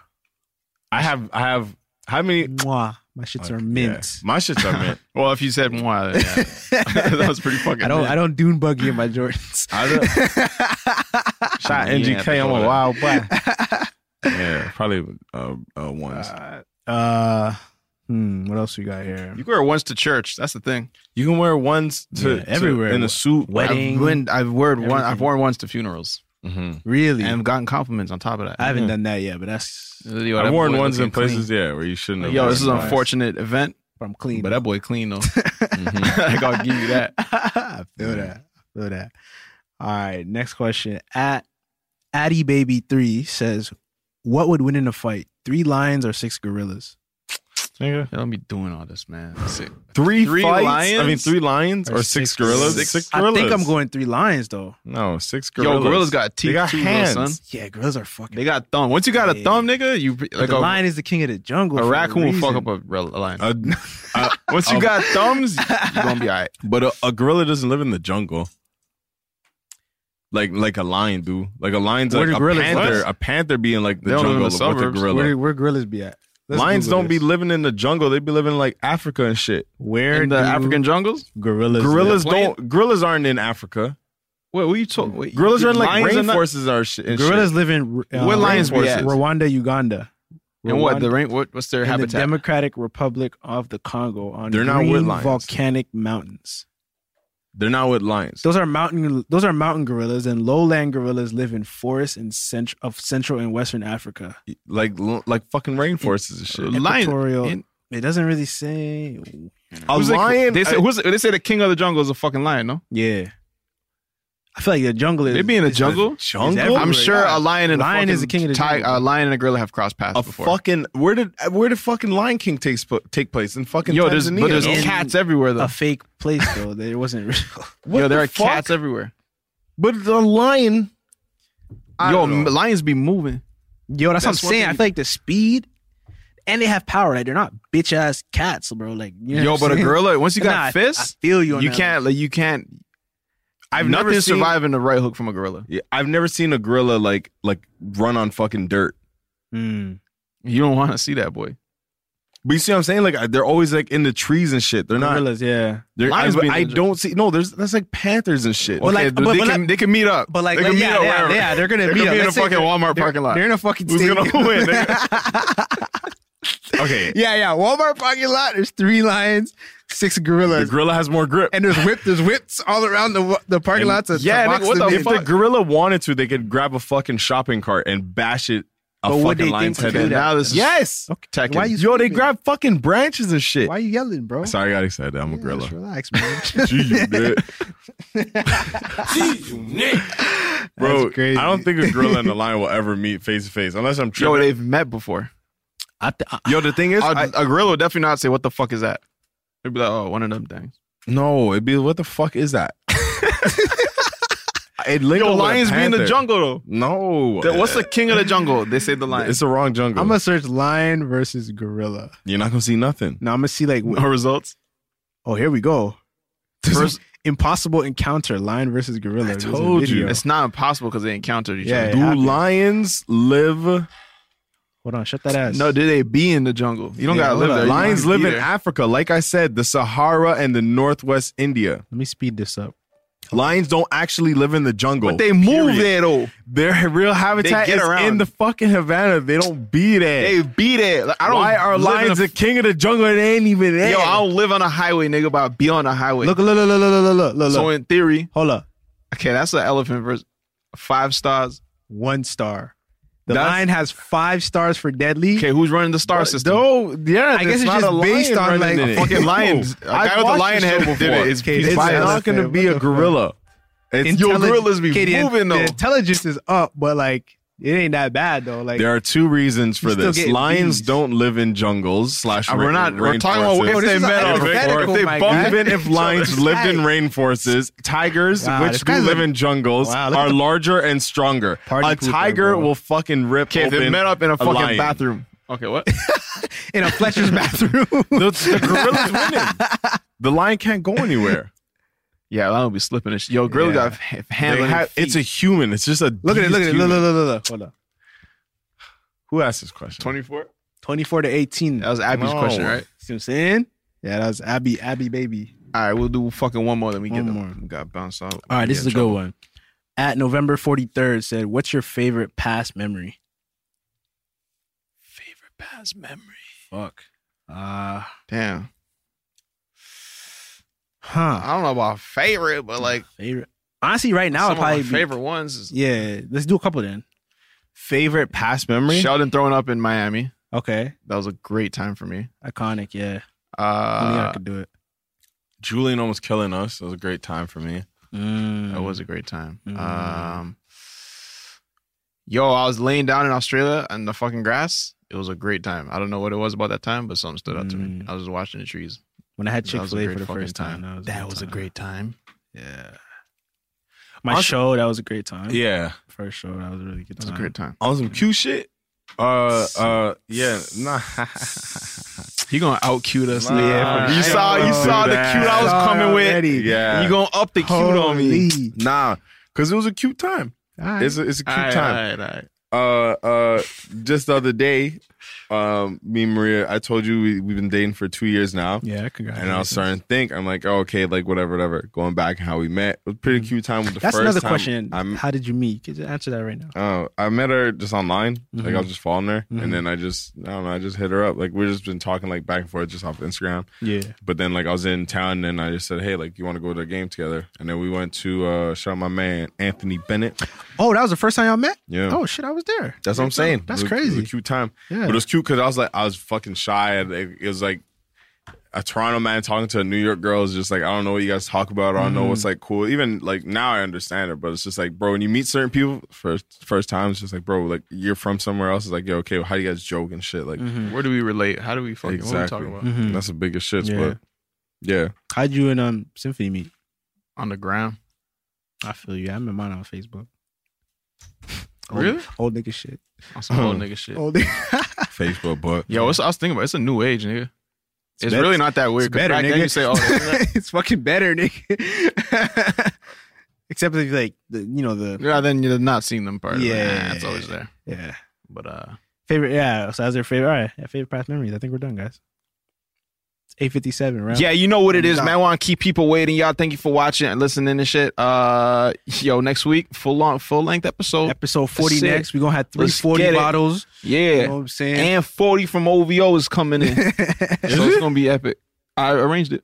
Speaker 5: I have. I have. How many?
Speaker 4: Mwah. My shits
Speaker 5: Okay,
Speaker 4: are
Speaker 5: yeah.
Speaker 4: mint.
Speaker 5: My shits are mint.
Speaker 2: Well, if you said moi, then yeah. that was pretty fucking.
Speaker 4: I don't.
Speaker 2: mid.
Speaker 4: I don't dune buggy in my Jordans.
Speaker 5: I don't,
Speaker 2: Shout out NGK, I'm a
Speaker 5: wild boy. yeah, probably uh, uh, ones.
Speaker 4: uh, uh, hmm. What else we got here?
Speaker 2: You can wear once to church. That's the thing.
Speaker 5: you can wear ones to,
Speaker 4: Yeah,
Speaker 5: to-
Speaker 4: everywhere.
Speaker 5: in a suit.
Speaker 4: Wedding.
Speaker 2: I've, worn- I've worn one. I've
Speaker 4: Everything.
Speaker 2: worn ones to funerals
Speaker 5: Mhm.
Speaker 4: Really?
Speaker 2: and gotten compliments on top of that.
Speaker 4: I haven't done that yet, but that's
Speaker 2: Yo, that
Speaker 5: I've worn
Speaker 2: boy
Speaker 5: ones in
Speaker 2: looking clean.
Speaker 5: places, yeah, where you shouldn't. have
Speaker 2: Yo, this is an
Speaker 5: worn ones.
Speaker 2: unfortunate event,
Speaker 4: from clean.
Speaker 2: but that boy clean though.
Speaker 5: Mhm.
Speaker 2: I gotta give you that.
Speaker 4: I feel that. I feel that. All right. Next question. At Addy Baby Three says, "What would win in a fight? Three lions or six gorillas?"
Speaker 5: Nigga.
Speaker 2: Yo, Don't be doing all this, man. That's it.
Speaker 5: Three,
Speaker 2: Three
Speaker 5: fights?
Speaker 2: lions?
Speaker 5: I mean, three lions or,
Speaker 4: Or
Speaker 5: six,
Speaker 4: six-
Speaker 5: gorillas?
Speaker 2: six-
Speaker 4: I
Speaker 5: gorillas.
Speaker 4: think I'm going three lions though.
Speaker 5: No, six gorillas.
Speaker 2: Yo, gorillas got teeth
Speaker 5: They got
Speaker 2: too,
Speaker 5: hands.
Speaker 2: Little son.
Speaker 4: Yeah, gorillas are fucking.
Speaker 2: They got thumb. Once you got a
Speaker 4: Yeah.
Speaker 2: thumb, nigga, you
Speaker 4: But
Speaker 2: like a,
Speaker 4: the lion is the king of the jungle.
Speaker 2: a
Speaker 4: for
Speaker 2: raccoon will fuck
Speaker 4: reason.
Speaker 2: up a, rel- a lion.
Speaker 5: A- a-
Speaker 2: Once you
Speaker 5: a-
Speaker 2: got thumbs, you're gonna be all right.
Speaker 5: uh, um, but a, a gorilla doesn't live in the jungle. Like like a lion do. Like a lion's
Speaker 4: Where
Speaker 5: like
Speaker 4: do
Speaker 5: a
Speaker 4: gorillas
Speaker 5: panther.
Speaker 4: live?
Speaker 5: A panther being like the
Speaker 2: They don't live
Speaker 5: jungle
Speaker 2: in the
Speaker 5: with a
Speaker 2: suburbs.
Speaker 5: gorilla.
Speaker 4: Where, where gorillas be at? Let's
Speaker 5: Lions
Speaker 4: Google
Speaker 5: don't be
Speaker 4: this.
Speaker 5: living in the jungle. They be living in like Africa and shit.
Speaker 4: Where
Speaker 2: In the
Speaker 4: do
Speaker 2: African jungles?
Speaker 4: gorillas?
Speaker 5: Gorillas
Speaker 2: Yeah, plant-
Speaker 5: don't. Gorillas aren't in Africa.
Speaker 2: Wait, what are you talking?
Speaker 5: Gorillas are in like
Speaker 2: Lions are not-
Speaker 5: rainforests are shit. and
Speaker 4: Gorillas
Speaker 5: shit.
Speaker 4: live in uh,
Speaker 2: Where lions be at?
Speaker 4: Rwanda, Uganda.
Speaker 2: And what
Speaker 4: Rwanda-
Speaker 2: the rain? What, what's their
Speaker 4: and
Speaker 2: habitat?
Speaker 4: The Democratic Republic of the Congo on
Speaker 5: They're not
Speaker 4: green
Speaker 5: with lions.
Speaker 4: volcanic mountains.
Speaker 5: They're not with lions.
Speaker 4: Those are mountain those are mountain gorillas and lowland gorillas live in forests in cent- of central and western Africa.
Speaker 5: Like like fucking rainforests and shit.
Speaker 2: Lion-
Speaker 4: Equatorial.
Speaker 2: in-
Speaker 4: it doesn't really say.
Speaker 5: A
Speaker 2: who's
Speaker 5: lion.
Speaker 2: They, they, say,
Speaker 5: I-
Speaker 2: who's, they say the king of the jungle is a fucking lion. No,
Speaker 4: Yeah. I feel like the jungle is
Speaker 2: they be in the
Speaker 4: is-
Speaker 2: jungle.
Speaker 5: jungle?
Speaker 4: everywhere.
Speaker 2: I'm sure a lion and
Speaker 4: Lion
Speaker 2: a fucking
Speaker 4: is the king of the
Speaker 2: ti-
Speaker 4: jungle.
Speaker 2: A lion and a gorilla have crossed paths
Speaker 5: a
Speaker 2: before.
Speaker 5: fucking where did where did fucking Lion King takes pl- take place in fucking
Speaker 2: Yo,
Speaker 5: Tanzania?
Speaker 2: there's but there's
Speaker 5: no?
Speaker 4: In-
Speaker 2: cats everywhere though.
Speaker 4: a fake place though. That it wasn't real.
Speaker 5: What
Speaker 2: Yo, there
Speaker 5: the
Speaker 2: are
Speaker 5: fuck?
Speaker 2: cats everywhere.
Speaker 5: but the lion. I
Speaker 2: Yo,
Speaker 5: don't know.
Speaker 2: m- lions be moving.
Speaker 4: Yo, that's,
Speaker 2: That's
Speaker 4: what
Speaker 2: one
Speaker 4: I'm saying.
Speaker 2: thing
Speaker 4: I
Speaker 2: you-
Speaker 4: feel like the speed and they have power, right? They're not bitch ass cats, bro. Like you know
Speaker 2: Yo,
Speaker 4: what I'm
Speaker 2: but a
Speaker 4: saying?
Speaker 2: gorilla once you
Speaker 4: Nah,
Speaker 2: got
Speaker 4: I-
Speaker 2: fists,
Speaker 4: I feel you on
Speaker 2: You
Speaker 4: that
Speaker 2: can't. Like, you can't.
Speaker 5: I've
Speaker 2: nothing
Speaker 5: never seen-
Speaker 2: surviving the right hook from a gorilla.
Speaker 5: Yeah, I've never seen a gorilla like like run on fucking dirt.
Speaker 4: Mm.
Speaker 2: You don't want to see that boy.
Speaker 5: But you see what I'm saying? Like they're always like in the trees and shit. They're not.
Speaker 4: Gorillas, yeah.
Speaker 5: They're, I,
Speaker 2: Lions be in
Speaker 5: I
Speaker 2: the-
Speaker 5: don't see. No, there's that's like panthers and shit.
Speaker 4: Well,
Speaker 2: Okay,
Speaker 4: like-
Speaker 2: but
Speaker 4: but-
Speaker 2: they,
Speaker 4: but
Speaker 2: can,
Speaker 4: like-
Speaker 2: they can meet up,
Speaker 4: But like,
Speaker 2: they
Speaker 4: like
Speaker 2: can
Speaker 4: yeah,
Speaker 2: meet up
Speaker 4: yeah,
Speaker 2: wherever.
Speaker 4: yeah, they're gonna
Speaker 2: They
Speaker 4: meet
Speaker 2: could
Speaker 4: up.
Speaker 2: be in
Speaker 4: Let's
Speaker 2: a
Speaker 4: say
Speaker 2: fucking
Speaker 4: they're-
Speaker 2: Walmart parking lot.
Speaker 4: They're in a fucking
Speaker 2: Who's gonna
Speaker 4: stadium.
Speaker 2: win,
Speaker 5: okay,
Speaker 4: yeah, yeah. Walmart parking lot. There's three lions, six
Speaker 5: the
Speaker 4: gorillas,
Speaker 5: gorilla has more grip.
Speaker 4: and there's whip. There's whips all around the wa- the parking
Speaker 5: And-
Speaker 4: lot. To,
Speaker 2: yeah,
Speaker 4: to
Speaker 2: nigga,
Speaker 4: box
Speaker 2: what
Speaker 4: them
Speaker 2: the
Speaker 4: in.
Speaker 5: if the
Speaker 2: fuck?
Speaker 5: gorilla wanted to, they could grab a fucking shopping cart and bash it. A
Speaker 4: But
Speaker 5: fucking
Speaker 4: would they
Speaker 5: lion's
Speaker 4: think
Speaker 5: head
Speaker 4: to
Speaker 5: in.
Speaker 4: do that?
Speaker 2: Now this is
Speaker 5: yes.
Speaker 4: Okay,
Speaker 2: Tekken.
Speaker 4: why you
Speaker 5: Yo, they
Speaker 4: screaming?
Speaker 5: grab fucking branches and shit.
Speaker 4: Why are you yelling, bro?
Speaker 5: Sorry, I got excited. I'm a
Speaker 4: Yeah,
Speaker 5: gorilla.
Speaker 4: just relax, man.
Speaker 5: Gee, you did. Bro,
Speaker 4: That's crazy.
Speaker 5: I don't think a gorilla and a lion will ever meet face to face unless I'm
Speaker 2: Yo,
Speaker 5: tripping.
Speaker 2: they've met before.
Speaker 4: I th- I-
Speaker 5: Yo, the thing is,
Speaker 2: A
Speaker 5: I-
Speaker 2: a gorilla would definitely not say, "What the fuck is that?" They'd be like, "Oh, one of them things."
Speaker 5: no, it'd be what the fuck is that? it linked
Speaker 2: Yo,
Speaker 5: up with a
Speaker 2: lions be in the
Speaker 5: panther.
Speaker 2: jungle
Speaker 5: No,
Speaker 2: though. What's the king of the jungle? They say the lion.
Speaker 5: It's the wrong jungle.
Speaker 4: I'm gonna search lion versus gorilla.
Speaker 5: You're not gonna see nothing.
Speaker 4: Now I'm gonna see like,
Speaker 2: No results.
Speaker 4: oh, here we go.
Speaker 2: First,
Speaker 4: Impossible encounter, lion versus gorilla. There's a
Speaker 5: told you.
Speaker 4: video.
Speaker 2: it's not impossible because they encountered each
Speaker 4: Yeah,
Speaker 2: other.
Speaker 4: it
Speaker 5: Do
Speaker 4: happens.
Speaker 5: lions live?
Speaker 4: Hold on, shut that ass.
Speaker 2: No, do they be in the jungle? You don't
Speaker 4: Yeah,
Speaker 2: gotta
Speaker 4: hold
Speaker 2: live
Speaker 4: up.
Speaker 2: there. You
Speaker 5: Lions
Speaker 2: don't
Speaker 5: live
Speaker 2: be
Speaker 5: in
Speaker 2: there.
Speaker 5: Africa, like I said, the Sahara and the Northwest India.
Speaker 4: Let me speed this up.
Speaker 5: Lions don't actually live in the jungle.
Speaker 2: But they move
Speaker 5: Period.
Speaker 2: there though.
Speaker 5: Their real habitat
Speaker 2: get
Speaker 5: is
Speaker 2: around.
Speaker 5: in the fucking Havana. They don't be there.
Speaker 2: They be there. Like, I don't.
Speaker 5: Why are
Speaker 2: live in
Speaker 5: lions
Speaker 2: a-
Speaker 5: the king of the jungle and they ain't even there?
Speaker 2: Yo, I don't live on a highway, nigga, but I be on a highway.
Speaker 4: Look, look, look, look, look, look, look, look.
Speaker 2: so
Speaker 4: look.
Speaker 2: in theory,
Speaker 4: Hold up.
Speaker 2: okay, that's an elephant versus five stars.
Speaker 4: One star. The
Speaker 5: That's-
Speaker 4: lion has five stars for deadly.
Speaker 2: Okay, who's running the star system?
Speaker 5: No, yeah,
Speaker 4: I guess it's
Speaker 5: not
Speaker 4: just
Speaker 5: a
Speaker 4: based
Speaker 5: lion
Speaker 4: on,
Speaker 5: running
Speaker 4: like,
Speaker 5: in
Speaker 4: a
Speaker 5: it.
Speaker 2: fucking lion. A
Speaker 5: I've
Speaker 2: guy with a
Speaker 5: watched
Speaker 2: lion
Speaker 5: the
Speaker 2: head
Speaker 5: show
Speaker 2: did it.
Speaker 5: before.
Speaker 2: It's
Speaker 5: Okay,
Speaker 2: piece
Speaker 5: it's
Speaker 2: of
Speaker 4: violence.
Speaker 5: not going to
Speaker 4: What
Speaker 5: be
Speaker 4: the
Speaker 5: a
Speaker 4: fuck?
Speaker 5: gorilla. It's,
Speaker 2: Yo,
Speaker 4: Intelli-
Speaker 2: gorillas be
Speaker 4: Okay, the-
Speaker 2: moving,
Speaker 4: The
Speaker 2: though.
Speaker 4: intelligence is up, but like it ain't that bad though. Like
Speaker 5: there are two reasons for
Speaker 4: You still
Speaker 5: this.
Speaker 4: get
Speaker 5: Lions
Speaker 4: bees.
Speaker 5: don't live in jungles slash.
Speaker 2: And we're
Speaker 5: rain-
Speaker 2: not. We're talking about
Speaker 5: rainforests.
Speaker 2: if
Speaker 4: Oh, this
Speaker 2: they
Speaker 4: is
Speaker 2: met up.
Speaker 4: hypothetical,
Speaker 2: If they
Speaker 4: my
Speaker 2: bumped
Speaker 4: guy.
Speaker 5: Even if lions
Speaker 4: this
Speaker 5: lived in
Speaker 4: guy-
Speaker 5: rainforests, tigers,
Speaker 4: Wow,
Speaker 5: which
Speaker 4: this
Speaker 5: do
Speaker 4: guy's
Speaker 5: live
Speaker 4: a-
Speaker 5: in jungles,
Speaker 4: Wow, look at
Speaker 5: are
Speaker 4: the-
Speaker 5: larger and stronger.
Speaker 4: Party
Speaker 5: a
Speaker 4: pooper,
Speaker 5: tiger
Speaker 4: bro.
Speaker 5: will fucking rip
Speaker 2: Okay, if
Speaker 5: open
Speaker 2: they met up in a fucking
Speaker 5: lion.
Speaker 2: bathroom. Okay, what?
Speaker 4: in a Fletcher's bathroom.
Speaker 5: The, the gorilla's winning. The lion can't go anywhere.
Speaker 2: yeah, I don't be slipping. And sh- Yo, gorilla
Speaker 4: Yeah.
Speaker 2: got f- hand
Speaker 5: They
Speaker 2: on
Speaker 5: have-
Speaker 2: their
Speaker 5: it's a
Speaker 2: feet.
Speaker 5: human. It's just a.
Speaker 4: look at it, look at it,
Speaker 5: human.
Speaker 4: look, look, look, look, look. Hold up.
Speaker 5: Who asked this question?
Speaker 2: 24.
Speaker 4: Twenty-four to eighteen.
Speaker 2: That was Abby's
Speaker 5: No.
Speaker 2: question, right?
Speaker 4: See what I'm saying? Yeah, that was Abby, Abby baby.
Speaker 2: All right, we'll do fucking one more. Then we
Speaker 4: One
Speaker 2: get them.
Speaker 4: more.
Speaker 2: We got bounced out.
Speaker 4: All right, this
Speaker 2: Yeah,
Speaker 4: is a good one. At November 43rd said, What's your favorite past memory?
Speaker 2: Favorite past memory.
Speaker 4: Fuck. Uh
Speaker 2: Damn.
Speaker 4: huh.
Speaker 2: I don't know about favorite, but like
Speaker 4: Favorite honestly right now
Speaker 2: some
Speaker 4: it'd
Speaker 2: of my
Speaker 4: probably be-
Speaker 2: favorite ones is
Speaker 4: Yeah. Let's do a couple then.
Speaker 5: Favorite past memory?
Speaker 2: Sheldon throwing up in Miami.
Speaker 4: Okay.
Speaker 2: That was a great time for me.
Speaker 4: Iconic, Oh, yeah. Only I
Speaker 2: Uh,
Speaker 4: could do it.
Speaker 5: Julian almost killing us. That was a great time for me.
Speaker 4: Mm.
Speaker 2: that was a great time.
Speaker 4: Mm.
Speaker 2: Um, yo, I was laying down in Australia on the fucking grass. It was a great time. I don't know what it was about that time, but something stood out to me.
Speaker 4: Mm.
Speaker 2: I was just watching the trees.
Speaker 4: when I had
Speaker 2: That
Speaker 4: Chick
Speaker 2: was
Speaker 4: Fil
Speaker 2: a
Speaker 4: A
Speaker 2: great
Speaker 4: for the
Speaker 2: fucking
Speaker 4: first time.
Speaker 2: time.
Speaker 4: That was a great.
Speaker 2: time.
Speaker 4: time. Yeah. My
Speaker 5: Also-
Speaker 4: show, that was a great time.
Speaker 5: Yeah.
Speaker 4: First show, that was a really good
Speaker 2: That was
Speaker 4: time.
Speaker 2: a great time.
Speaker 5: On some Q shit. Uh, uh, yeah, nah.
Speaker 2: He gonna out cute us.
Speaker 5: Nah,
Speaker 2: yeah, you
Speaker 5: I
Speaker 2: saw
Speaker 5: ain't
Speaker 2: you
Speaker 5: gonna
Speaker 2: saw
Speaker 5: do
Speaker 2: the
Speaker 5: that.
Speaker 2: cute I was
Speaker 4: Sorry
Speaker 2: coming
Speaker 4: already.
Speaker 2: with.
Speaker 5: Yeah.
Speaker 2: You gonna up the cute on me?
Speaker 4: Holy.
Speaker 5: nah, cause it was a cute time. It's a, it's a cute
Speaker 2: All right,
Speaker 5: time.
Speaker 2: all right, all right.
Speaker 5: Uh, uh, just the other day, um, me and Maria, I told you we, we've been dating for two years now.
Speaker 4: Yeah,
Speaker 5: And I was starting to think, I'm like, oh, okay, like whatever, whatever. Going back and how we met, it was a pretty cute time. With the
Speaker 4: Mm. That's
Speaker 5: first
Speaker 4: another
Speaker 5: time
Speaker 4: question.
Speaker 5: I'm,
Speaker 4: How did you meet? Could you answer that right now?
Speaker 5: Oh, I met her just online. Like I was
Speaker 4: Mhm.
Speaker 5: just following her,
Speaker 4: Mhm.
Speaker 5: and then I just I don't know. I just hit her up. Like we've just been talking like back and forth just off Instagram.
Speaker 4: Yeah.
Speaker 5: But then like I was in town, and I just said, hey, like you want to go to a game together? And then we went to uh, shout out my man Anthony Bennett.
Speaker 4: Oh, that was the first time y'all met.
Speaker 5: Yeah.
Speaker 4: Oh shit, I was there.
Speaker 5: That's what I'm saying.
Speaker 4: That's
Speaker 5: It was- It was
Speaker 4: crazy.
Speaker 5: a cute time.
Speaker 4: Yeah.
Speaker 5: But it was cute because I was like I was fucking shy. and It it was like. A Toronto man talking to a New York girl is just like I don't know what you guys talk about. I don't know
Speaker 4: Mhm.
Speaker 5: what's like cool. Even like now I understand it, but it's just like bro, when you meet certain people first first time, it's just like bro, like you're from somewhere else. It's like yo, okay, well, how do you guys joke and shit? Like
Speaker 2: Where do we relate? How do we fucking what are we
Speaker 5: exactly,
Speaker 2: talking about?
Speaker 4: Mhm.
Speaker 5: that's the biggest shits.
Speaker 4: Yeah.
Speaker 5: But yeah,
Speaker 4: How'd you and um Symphony meet?
Speaker 2: On the ground.
Speaker 4: I feel you. I met mine on Facebook.
Speaker 2: Really?
Speaker 4: Old, old nigga shit.
Speaker 2: On some old nigga shit.
Speaker 4: Old nigga.
Speaker 5: Facebook, but
Speaker 2: Yo, it's, I was thinking about it. it's a new age, nigga. It's,
Speaker 4: bet-
Speaker 2: really not that weird.
Speaker 4: It's
Speaker 2: 'cause
Speaker 4: better,
Speaker 2: back
Speaker 4: nigga.
Speaker 2: then you say, oh,
Speaker 4: it's fucking better, nigga. Except if like the you know the
Speaker 2: yeah, then you're not seeing them part. Yeah,
Speaker 4: Yeah.
Speaker 2: it's always there.
Speaker 4: yeah
Speaker 2: But uh,
Speaker 4: favorite yeah. So that's their favorite. All right, yeah, favorite past memories. I think we're done, guys. It's eight fifty seven, right?
Speaker 2: yeah, you know what it is, man. I want to keep people waiting. Y'all, thank you for watching and listening and shit. Uh, yo, next week full long, full length episode.
Speaker 4: Episode forty
Speaker 2: That's it.
Speaker 4: next. We are gonna have three
Speaker 2: Let's
Speaker 4: forty
Speaker 2: get it.
Speaker 4: bottles. You know
Speaker 2: Yeah,
Speaker 4: what I'm saying?
Speaker 2: and forty from OVO is coming in, so it's gonna be epic. I arranged it.